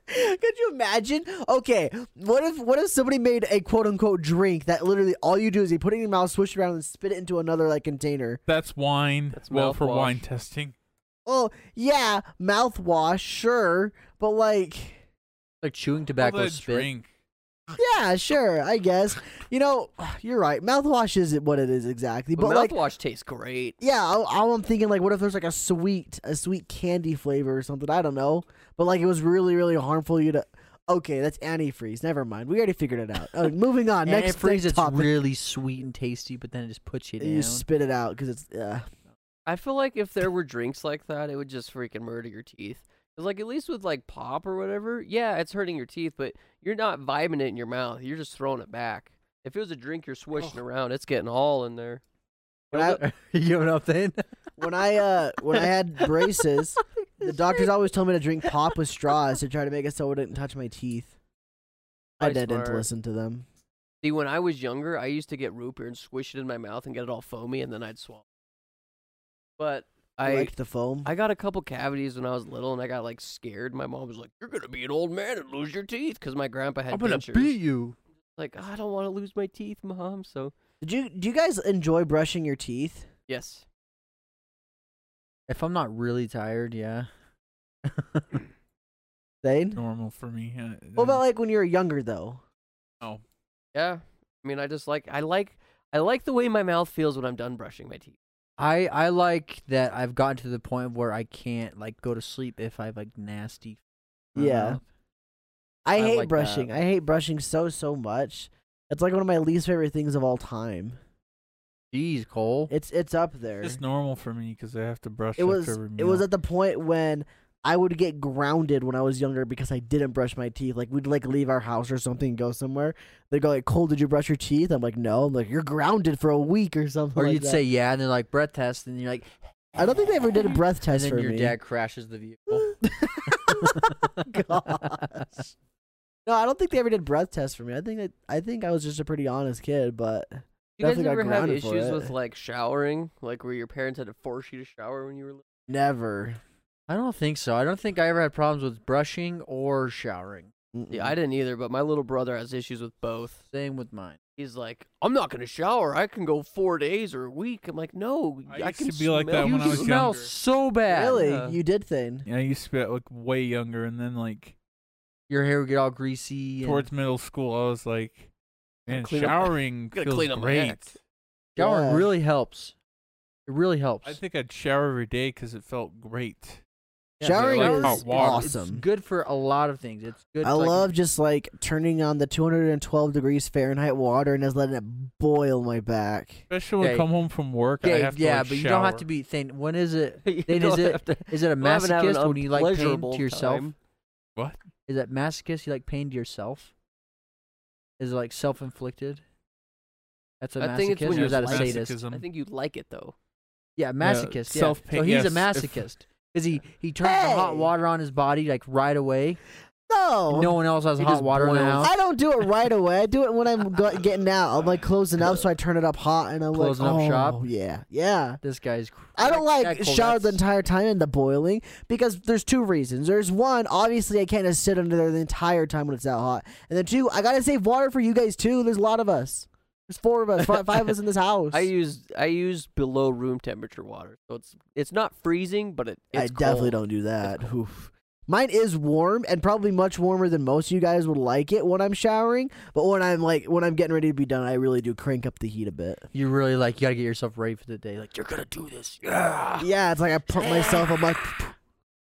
A: Could you imagine? Okay, what if what if somebody made a quote unquote drink that literally all you do is you put it in your mouth, swish it around, and spit it into another like container?
E: That's wine.
B: That's
E: well, for
B: mouthwash.
E: wine testing.
A: Oh yeah, mouthwash, sure, but like,
D: Like chewing tobacco
E: Call that
D: spit.
E: drink.
A: yeah, sure, I guess. You know, you're right. Mouthwash is what it is exactly,
B: But
A: but like,
B: mouthwash tastes great.
A: yeah, all, all I'm thinking like, what if there's like a sweet, a sweet candy flavor or something? I don't know, but like, it was really, really harmful you to. Okay, that's antifreeze. Never mind. We already figured it out. Oh, moving on.
D: And
A: next
D: it frees.
A: next
D: It's
A: topic.
D: really sweet and tasty, but then it just puts you down.
A: you spit it out because it's uh,
B: I feel like if there were drinks like that, it would just freaking murder your teeth. 'Cause, like at least with like pop or whatever, yeah, it's hurting your teeth, but you're not vibing it in your mouth. You're just throwing it back. If it was a drink, you're swishing around. It's getting all in there.
A: when I
D: you know what I'm saying?
A: when I uh when I had braces, the doctors always told me to drink pop with straws to try to make it so it didn't touch my teeth. I
B: Probably
A: didn't
B: smart.
A: listen to them.
B: See, when I was younger, I used to get root beer and swish it in my mouth and get it all foamy, and then I'd swallow. But
A: I
B: I
A: liked the foam.
B: I got a couple cavities when I was little, and I got like scared. My mom was like, "You're gonna be an old man and lose your teeth," because my grandpa had
D: I'm gonna
B: dentures.
D: beat you.
B: Like, I don't want to lose my teeth, mom. So
A: Did you do you guys enjoy brushing your teeth?
B: yes,
D: If I'm not really tired, yeah.
A: Thane?
E: Normal for me. uh,
A: What about like when you were younger though?
B: yeah. I mean, I just like I like I like the way my mouth feels when I'm done brushing my teeth.
D: I I like that I've gotten to the point where I can't like go to sleep if I have like nasty. in my
A: Yeah.
D: mouth.
A: I,
B: I
A: hate
B: like that.
A: brushing. I hate brushing so so much. It's like one of my least favorite things of all time.
D: Jeez, Cole.
A: It's it's up there.
E: It's normal for me because I have to brush.
A: it was
E: After every
A: it was
E: meal.
A: at the point when I would get grounded when I was younger because I didn't brush my teeth. Like we'd like leave our house or something and go somewhere. They'd go like, "Cole, did you brush your teeth?" I'm like, "No." I'm like, "You're grounded for a week or something."
D: or
A: like
D: you'd
A: that.
D: say yeah, and they're like breath test, and you're like,
A: "I don't think they ever did a breath
D: and
A: test
D: then
A: for
D: your
A: me."
D: dad crashes the vehicle.
A: Gosh. No, I don't think they ever did breath tests for me. I think that, I think I was just a pretty honest kid, but
B: You guys
A: Definitely got
B: ever have
A: grounded for
B: issues
A: it.
B: with like showering, like where your parents had to force you to shower when you were little?
A: never.
D: I don't think so. I don't think I ever had problems with brushing or showering. Mm-hmm.
B: Yeah, I didn't either, but my little brother has issues with both.
D: Same with mine.
B: he's like, I'm not gonna shower. I can go four days or a week. I'm like, no,
E: I
B: I
E: used
B: can
E: to be like
B: smell-
E: that
D: you
E: when I was
D: smell
E: younger.
D: so bad.
A: Really,
E: Yeah.
A: you did thin.
E: Yeah, I used to be like way younger, and then like
D: Your hair would get all greasy. and-
E: towards middle school, I was like,
B: Gotta
E: man,
B: clean up-
E: showering
B: gotta
E: feels
B: clean up my
E: great.
B: act.
D: showering
A: Yeah.
D: really helps. It really helps.
E: I think I'd shower every day because it felt great.
D: Yeah,
A: Showering
E: like
A: is
E: hot water.
D: It's
A: awesome.
D: good for a lot of things. It's good.
A: I
D: for, like,
A: love just like turning on the 212 degrees Fahrenheit water and just letting it boil my back.
E: Especially when I
D: Okay.
E: come home from work, I
D: Dave,
E: have to
D: yeah,
E: like,
D: but you don't have
E: shower.
D: to be thin. When is it?
B: You
D: Then
B: don't
D: is it-
B: have to-
D: Is it a
B: I haven't had an
D: masochist when you like pain
B: unpleasurable
D: to yourself?
B: time.
E: What?
D: Is that masochist? You like pain to yourself? Is it like self-inflicted? That's a masochist.
B: I think it's when
D: or
B: you're
D: is that a
B: just
D: sadist?
E: masochism.
B: I think you like it though.
D: Yeah, masochist. yeah.
E: self-pain,
D: So he's a
E: yes, if-
D: masochist. Cause he he turns the hot
A: Hey! Oh.
D: water on his body like right away.
A: No,
D: No one else has
B: He
D: hot
B: just
D: water in the
B: boils.
D: house.
A: I don't do it right away. I do it when I'm go- getting out. I'm like closing up, so I turn it up hot and I'm
D: Closing
A: like,
D: up
A: oh
D: shop?
A: yeah, yeah.
D: This guy's. cr-
A: I don't
D: that
A: like
D: cold,
A: shower the
D: that's-
A: entire time in the boiling because there's two reasons. There's one, obviously I can't just sit under there the entire time when it's that hot, and then two, I gotta save water for you guys too. There's a lot of us. There's four of us, five, five of us in this house.
B: I use I use below room temperature water, so it's it's not freezing, but it
A: I
B: it's
A: definitely don't
B: cold.
A: do that.
B: cold.
A: Oof. Mine is warm and probably much warmer than most of you guys would like it when I'm showering. But when I'm like when I'm getting ready to be done, I really do crank up the heat a bit.
D: You really like. You gotta get yourself ready for the day. Like you're gonna do this.
B: Ah.
D: Yeah.
A: Yeah, it's like I pump myself. I'm like,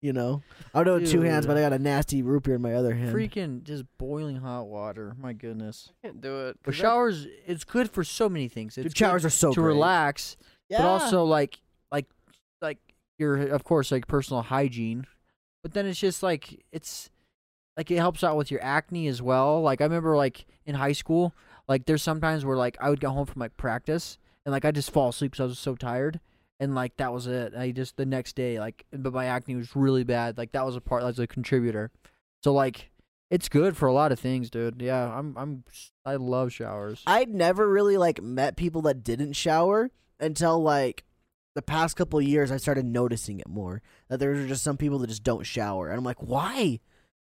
A: you know, I don't know two hands,
D: Dude.
A: but I got a nasty root beer in my other hand.
D: Freaking just boiling hot water. My goodness.
B: I can't do it.
D: But
B: 'cause that-
D: showers, it's good for so many things. It's
A: Dude, showers
D: good
A: are so
D: to
A: great.
D: relax,
A: Yeah.
D: but also like like like your of course like personal hygiene. But then it's just like it's like it helps out with your acne as well. Like I remember like in high school, like there's sometimes where like I would go home from like practice and like I just fall asleep because I was so tired. And like that was it. I just the next day like, but my acne was really bad. Like that was a part. That was a contributor. So like, it's good for a lot of things, dude. Yeah, I'm I'm I love showers.
A: I'd never really like met people that didn't shower until like the past couple of years I started noticing it more. That there are just some people that just don't shower. And I'm like, why?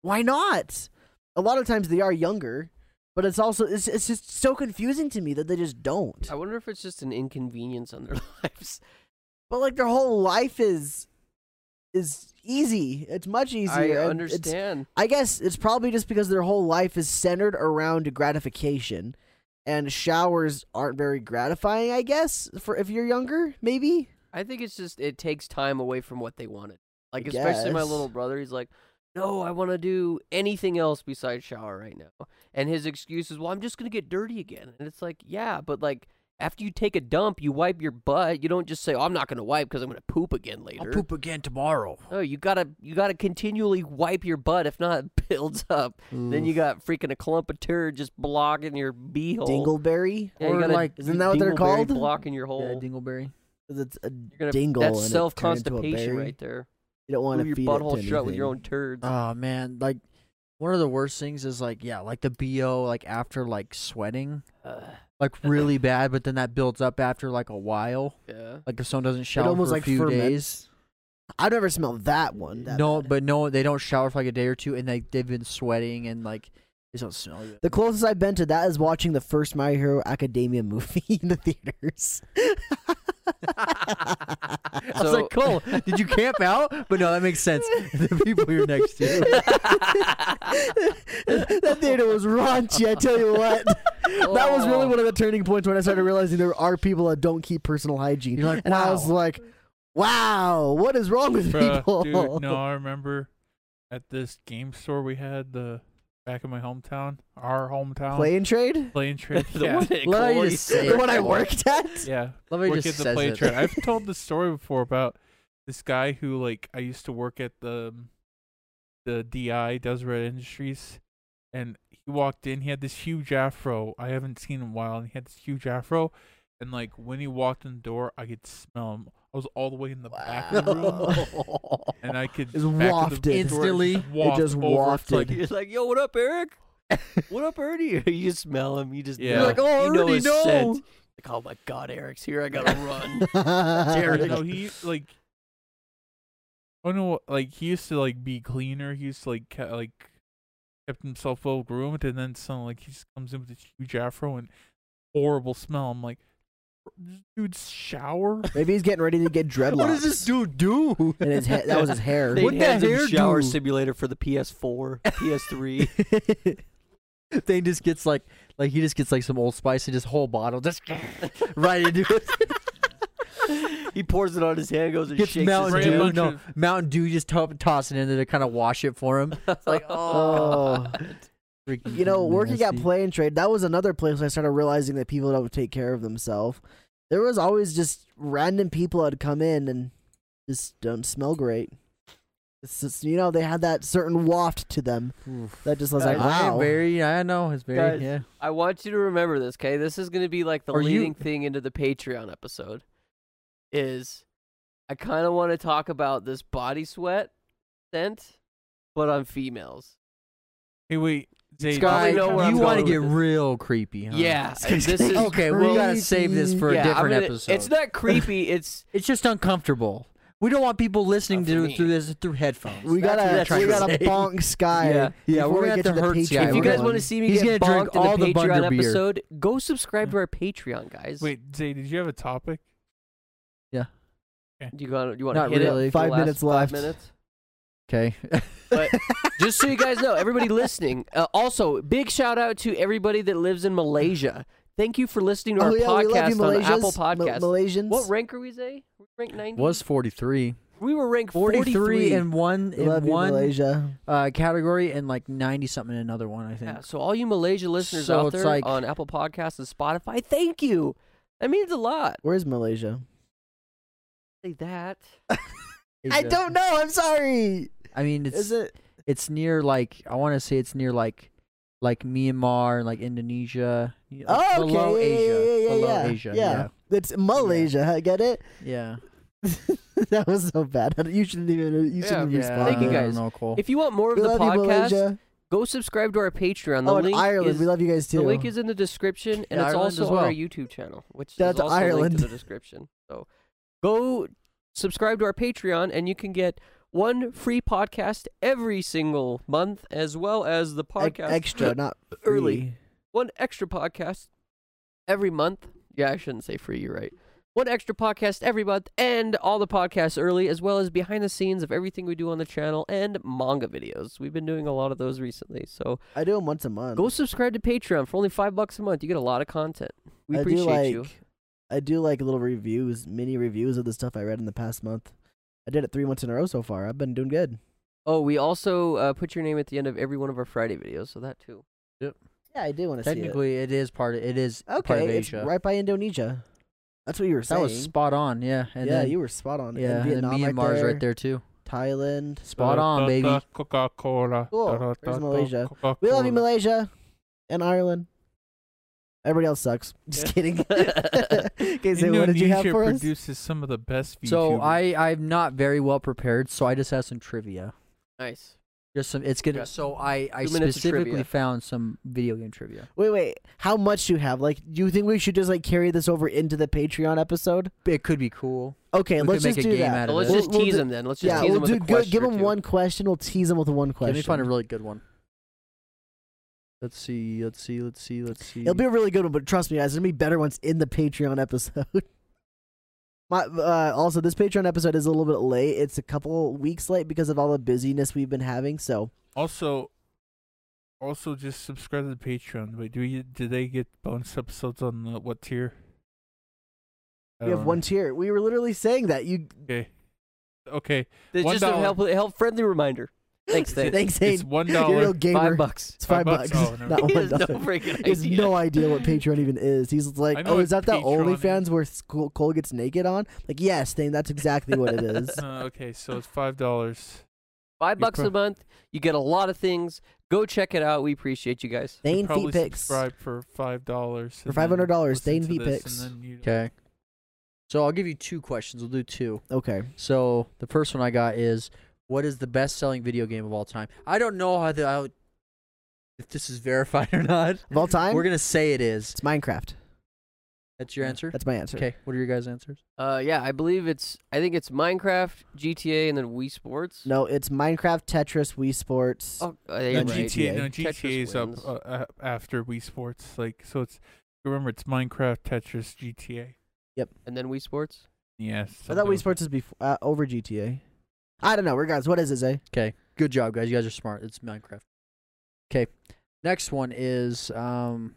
A: Why not? A lot of times they are younger, but it's also it's, it's just so confusing to me that they just don't.
B: I wonder if it's just an inconvenience on their lives.
A: But like their whole life is is easy. It's much easier. and
B: I
A: it's-
B: understand.
A: I guess it's probably just because their whole life is centered around gratification, and showers aren't very gratifying. I guess for if you're younger, maybe.
B: I think it's just it takes time away from what they wanted. Like
A: I
B: especially my
A: guess.
B: little brother, he's like, "No, I want to do anything else besides shower right now." And his excuse is, "Well, I'm just going to get dirty again." And it's like, "Yeah, but like after you take a dump, you wipe your butt. You don't just say, oh, "I'm not going to wipe because I'm going to poop again later."
D: again tomorrow.
B: No, Oh, you gotta you gotta continually wipe your butt. If not, it builds up. Then you got freaking a clump of turd just blocking your beehole.
A: Dingleberry.
B: Yeah, you
D: Or
B: gotta-
D: like-
A: Isn't that what they're
B: dingleberry
A: called?
B: Blocking your hole.
D: Yeah, dingleberry.
A: It's a
B: You're gonna,
A: dingle. and it
B: That's
A: turned
B: self
A: into a
B: constipation
A: berry.
B: right there.
A: You don't want
B: Glue
A: to
B: your
A: feed
B: butthole
A: it to
B: shut with your own
A: anything. Uh,
B: turds.
D: Oh man, like one of the worst things is like yeah, like the bo like after like sweating
B: Uh,
D: like really bad, but then that builds up after like a while.
B: yeah.
D: Like if someone doesn't shower
A: It almost
D: for a
A: like
D: few
A: ferments. I've never smelled that one.
D: days,
A: that
D: no,
A: bad.
D: but no, they don't shower for like a day or two, and like they've been sweating and like they don't smell good.
A: The closest I've been to that is watching the first My Hero Academia movie in the theaters. I
D: I was like, Cole, did you camp out? But no, that makes sense. The people you're next to.
A: that theater was raunchy. I tell you what, that was really one of the turning points when I started realizing there are people that don't keep personal hygiene.
D: You're like,
A: and I was
D: "Wow."
A: like, "Wow, what is wrong with people?"
E: Bruh, dude, no, I remember at this game store we had the back in my hometown, our hometown,
A: Play and trade,
E: play and trade.
B: the
E: yeah.
B: one that
D: Let me
B: Chloe
D: just
B: said.
D: say-
A: the one I worked at.
E: yeah,
D: Love how he
E: work
D: just
E: at the
D: says
E: play
D: it.
E: trade. I've told this story before about this guy who like I used to work at the um, the DI Deseret Industries, and he walked in. He had this huge afro I haven't seen in a while, and he had this huge afro. And like when he walked in the door, I could smell him. I was all the way in the back of the room, and I could
A: It's
E: back of
A: wafted.
E: the door,
D: Instantly.
E: just waft
A: just
E: over. It's like,
A: wafted.
B: He's like, yo, what up, Eric? What up, Ernie? You just smell him. You just
E: Yeah.
B: know
E: You're
B: it.
E: like,
D: "Oh,
B: you know
D: Ernie,
B: his
D: no."
B: scent. Like, oh my God, Eric's here. I gotta run.
E: Or
B: Jared,
E: no, he like. Oh no! Like he used to like be cleaner. He used to like ca- like kept himself well groomed, and then suddenly like he just comes in with this huge afro and horrible smell. I'm like, this dude's shower?
A: Maybe he's getting ready to get dreadlocks.
D: What does this dude do?
A: And his ha- that was his hair.
D: They- What the
B: hands him
D: hair
B: shower
D: do?
B: simulator for the PS4, PS3.
D: they just gets like like he just gets like some old spice and just whole bottle just right into it.
B: he pours it on his hand, goes and
D: Gets
B: shakes
D: Mountain
E: his
B: his
E: hand.
D: Dew. No,
E: Right, bunch
D: Mountain Dew just to- toss it in there to kind of wash it for him.
B: It's like,
A: oh.
D: Freaking
A: you know, working at
D: nasty.
A: Play and Trade, that was another place I started realizing that people don't take care of themselves. There was always just random people that'd come in and just don't smell great. It's just, you know, they had that certain waft to them
D: Oof.
A: that just was like,
B: Guys,
D: I am
A: wow.
D: very. I know it's very.
B: Guys,
D: yeah.
B: I want you to remember this, okay? This is going to be like the
D: Are you-
B: leading thing into the Patreon episode. Is I kind of want to talk about this body sweat scent, but on females.
E: Hey, wait. Zay,
D: Guy,
B: know where
D: you
B: I'm
D: want to
B: going
D: get
B: with this.
D: real creepy? Huh?
B: Yeah, and this is
D: Okay, we gotta save this Oh, for a
B: yeah, I'm
D: different
B: gonna-
D: episode.
B: It's not creepy. It's
D: It's just uncomfortable. We don't want people listening
B: Not for
D: to
B: me.
D: through this through headphones.
A: we
B: that's what
A: gotta,
B: that's
A: we
B: true.
A: gotta
D: Say.
A: bonk Sky.
B: Yeah.
D: Yeah,
A: before
D: we're
A: we
D: gonna
A: get
D: have to
A: the
D: hurt Sky.
A: Patreon
B: if you guys
A: one.
B: want to see me
D: He's
B: get
D: gonna drink
B: bonked in
D: all the
B: the Patreon
D: Bunder beer.
B: episode, go subscribe to our Patreon, guys.
E: Wait, Zay, did you have a topic?
B: do you want you want
D: Not
B: to hit
D: really.
B: it? for the
A: Five
B: last
A: minutes left.
B: five minutes?
D: Okay.
B: But- Just so you guys know, everybody listening. Uh, also, big shout out to everybody that lives in Malaysia. Thank you for listening to
A: Oh,
B: our
A: yeah, we love
B: podcast
A: you,
B: on
A: Malaysians.
B: Apple
A: Ma-
B: Podcasts.
A: Malaysians.
B: What rank are we, Zay? We ranked 90?
D: was 43.
B: we were ranked
D: 43,
B: 43.
D: in one
A: We
D: in
A: love you,
D: one
A: Malaysia.
D: uh, category and like 90 something in another one, I think.
B: yeah, so all you Malaysia listeners
D: So
B: out
D: it's
B: there
D: like-
B: on Apple Podcasts and Spotify, thank you. That means a lot.
A: Where's Malaysia?
B: Say that.
D: Is
A: I
D: it-
A: don't know. I'm sorry.
D: I mean, it's
A: Is it?
D: it's near like I want to say it's near like like Myanmar and like Indonesia. you know,
A: Oh, okay.
D: below
A: yeah,
D: Asia.
A: yeah, yeah, yeah,
D: below
A: yeah.
D: Asia.
A: Yeah. It's Malaysia. I Get it?
D: Yeah. yeah.
A: that was so bad. You shouldn't even. You
B: Yeah,
A: shouldn't
B: yeah.
A: respond.
B: Thank
A: to
B: you,
A: that.
D: I don't
B: guys.
D: know, Cole.
B: If you want more of
A: We
B: the
A: love you,
B: podcast,
A: Malaysia.
B: go subscribe to our Patreon. The
A: Oh, and
B: link
A: Ireland.
B: is
A: we love you guys too.
B: The link is in the description, and
D: Yeah,
B: it's
D: Ireland
B: also
D: as
B: on
D: well.
B: our YouTube channel, which
A: Shout out
B: is
A: to
B: also linked
A: Ireland.
B: in the description. So go subscribe to our Patreon, and you can get one free podcast every single month, as well as the
A: Ex-
B: podcast
A: extra, not
B: early.
A: free.
B: One extra podcast every month. Yeah, I shouldn't say free. You're right. One extra podcast every month, and all the podcasts early, as well as behind the scenes of everything we do on the channel and manga videos. We've been doing a lot of those recently, so
A: I do them once a month.
B: Go subscribe to Patreon for only five bucks a month. You get a lot of content. We
A: I
B: appreciate
A: do like,
B: you.
A: I do like little reviews, mini reviews of the stuff I read in the past month. I did it three months in a row so far. I've been doing good.
B: Oh, we also uh, put your name at the end of every one of our Friday videos, so that too.
A: Yeah, I do want to see it.
D: Technically, it is part of it is part
A: Okay,
D: of
A: it's
D: Asia.
A: right by Indonesia. That's what you were
D: That
A: saying.
D: was spot on, yeah. And
A: yeah,
D: then,
A: you were spot on.
D: yeah,
A: and
D: and then
A: Vietnam
D: Myanmar's right there too.
A: Thailand.
E: Uh,
D: Spot on, baby.
E: Coca Cola.
A: Cool. Where's Malaysia? We love you, Malaysia and Ireland. Everybody else sucks. Just kidding. okay, so what did you have for us?
E: produces some of the best VTubers.
D: So I I'm not very well prepared, so I just have some trivia.
B: Nice.
D: Just some. It's gonna.
B: Okay.
D: So I I
B: Two minutes of
D: specifically
B: trivia.
D: found some video game trivia.
A: Wait, wait. How much do you have? Like, do you think we should just like carry this over into the Patreon episode?
D: It could be cool.
A: Okay,
D: We
A: let's
D: could make
A: just
D: a
A: do
D: game
A: that.
D: out
B: So
D: of
B: let's
D: it.
B: just
A: We'll- we'll
B: tease
A: do-
B: them then. Let's just
A: yeah,
B: tease
A: we'll
B: them with
A: do
B: a
A: good.
B: question.
A: Give
B: or
A: him
B: two.
A: one question. We'll tease him with one
D: Let
A: question.
D: me find a really good one. Let's see. Let's see. Let's see. Let's see.
A: It'll be a really good one, but trust me, guys, there's gonna be better ones in the Patreon episode. My, uh, also, this Patreon episode is a little bit late. It's a couple weeks late because of all the busyness we've been having. So
E: also also just subscribe to the Patreon. Wait, do you do they get bonus episodes on the, what tier? I
A: we have
E: don't
A: one
E: know.
A: tier. We were literally saying that you.
E: Okay. Okay.
B: It's
E: One
B: just a
E: dollar.
B: help, help friendly reminder.
A: Thanks,
B: Thanks, Zane.
A: Thanks,
E: It's
A: Zane.
E: one
A: You're a real
E: dollar.
A: gamer.
B: Five bucks.
A: It's five,
E: Five bucks?
A: bucks.
E: Oh, never
A: Not
B: he
A: one
B: has no
A: dollar.
B: freaking
A: He has
B: idea.
A: no idea what Patreon even is. He's
E: I
A: like,
E: know
A: oh,
E: what
A: is that the
E: Patreon
A: OnlyFans
E: is.
A: where Cole Cole gets naked on? Like, yes, thing. That's exactly what it is.
E: Uh, okay, so it's five dollars.
B: Five
E: You're
B: bucks a
E: pro-
B: month. You get a lot of things. Go check it out. We appreciate you guys.
A: Thane
E: probably
A: feet pics.
E: subscribe for five dollars.
A: For $500, Dane Feet Pics.
D: okay. So I'll give you two questions. We'll do two.
A: Okay.
D: So the first one I got is, what is the best-selling video game of all time? I don't know how the, how, if this is verified or not.
A: Of all time,
D: We're gonna say it is.
A: it's Minecraft.
D: That's your answer.
A: That's my answer.
D: Okay. What are your guys' answers?
B: Uh, yeah, I believe it's. I think it's Minecraft, GTA, and then Wii Sports.
A: No, it's Minecraft, Tetris, Wii Sports.
B: Oh, uh, yeah,
E: No
A: And
B: right.
E: GTA,
A: GTA.
E: no
B: Tetris
E: GTA is up
B: wins.
E: uh, uh, after Wii Sports. Like so, it's Remember, it's Minecraft, Tetris, GTA.
B: and then Wii Sports.
E: Yes.
A: I thought Wii Sports is before uh, over GTA. I don't know. Regardless, what is it, Zay?
D: Okay. Good job, guys. You guys are smart. It's Minecraft. Okay. Next one is um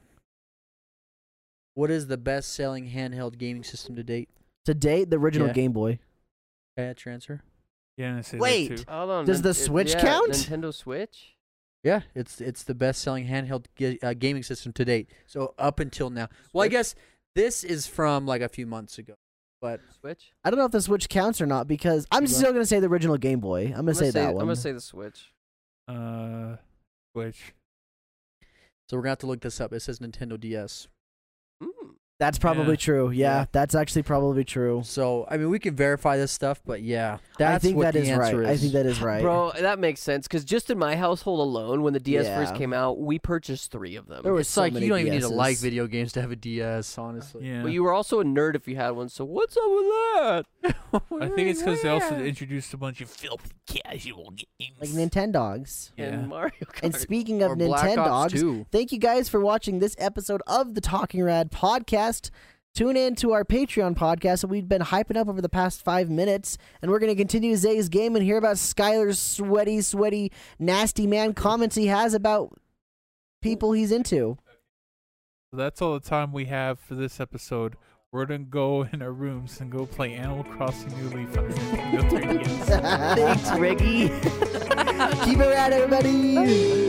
D: What is the best selling handheld gaming system to date?
A: To date, the original
D: Yeah.
A: Game Boy.
D: Okay, that's your answer.
E: Yeah, and I say that
A: Wait.
E: too.
B: Hold on.
A: Does
B: Nin-
A: the
B: uh,
A: Switch
B: yeah,
A: count?
B: Nintendo Switch.
D: Yeah, it's it's the best selling handheld ga- uh, gaming system to date. So up until now. Well, I
B: Switch?
D: guess this is from like a few months ago. But
B: Switch.
A: I don't know if the Switch counts or not because I'm
D: You
A: still gonna say the original Game Boy. I'm gonna say that one.
B: I'm gonna say the Switch.
E: Uh, Switch.
D: so we're going to have to look this up. It says Nintendo DS.
B: Mm.
A: that's probably
E: Yeah.
A: true. Yeah,
E: Yeah.
A: that's actually probably true.
D: So, I mean, we can verify this stuff, but yeah. That's
A: I think
D: what
A: that
D: the
A: is right.
D: answer
A: I
D: is.
A: think that is right.
B: Bro, that makes sense because just in my household alone, when the DS first
A: Yeah.
B: came out, we purchased three of them.
A: There were
D: it's
A: so
D: like
A: many
D: you don't even need to like
A: DSs.
D: video games to have a DS, honestly.
E: Yeah.
B: But you were also a nerd if you had one. So what's up with that?
E: I think it's because they also introduced a bunch of filthy casual games.
A: Like Nintendogs.
E: yeah.
B: And Mario Kart.
A: And speaking of
D: or Black Ops
A: Nintendogs,
D: 2.
A: Thank you guys for watching this episode of the Talking Rad podcast. Tune in to our Patreon podcast that we've been hyping up over the past five minutes, and we're going to continue Zay's game and hear about Skylar's sweaty, sweaty, nasty man comments he has about people he's into.
E: So that's all the time we have for this episode. We're gonna go in our rooms and go play Animal Crossing New Leaf on our Nintendo 3DS.
A: Thanks, Reggie. Keep it rad, everybody.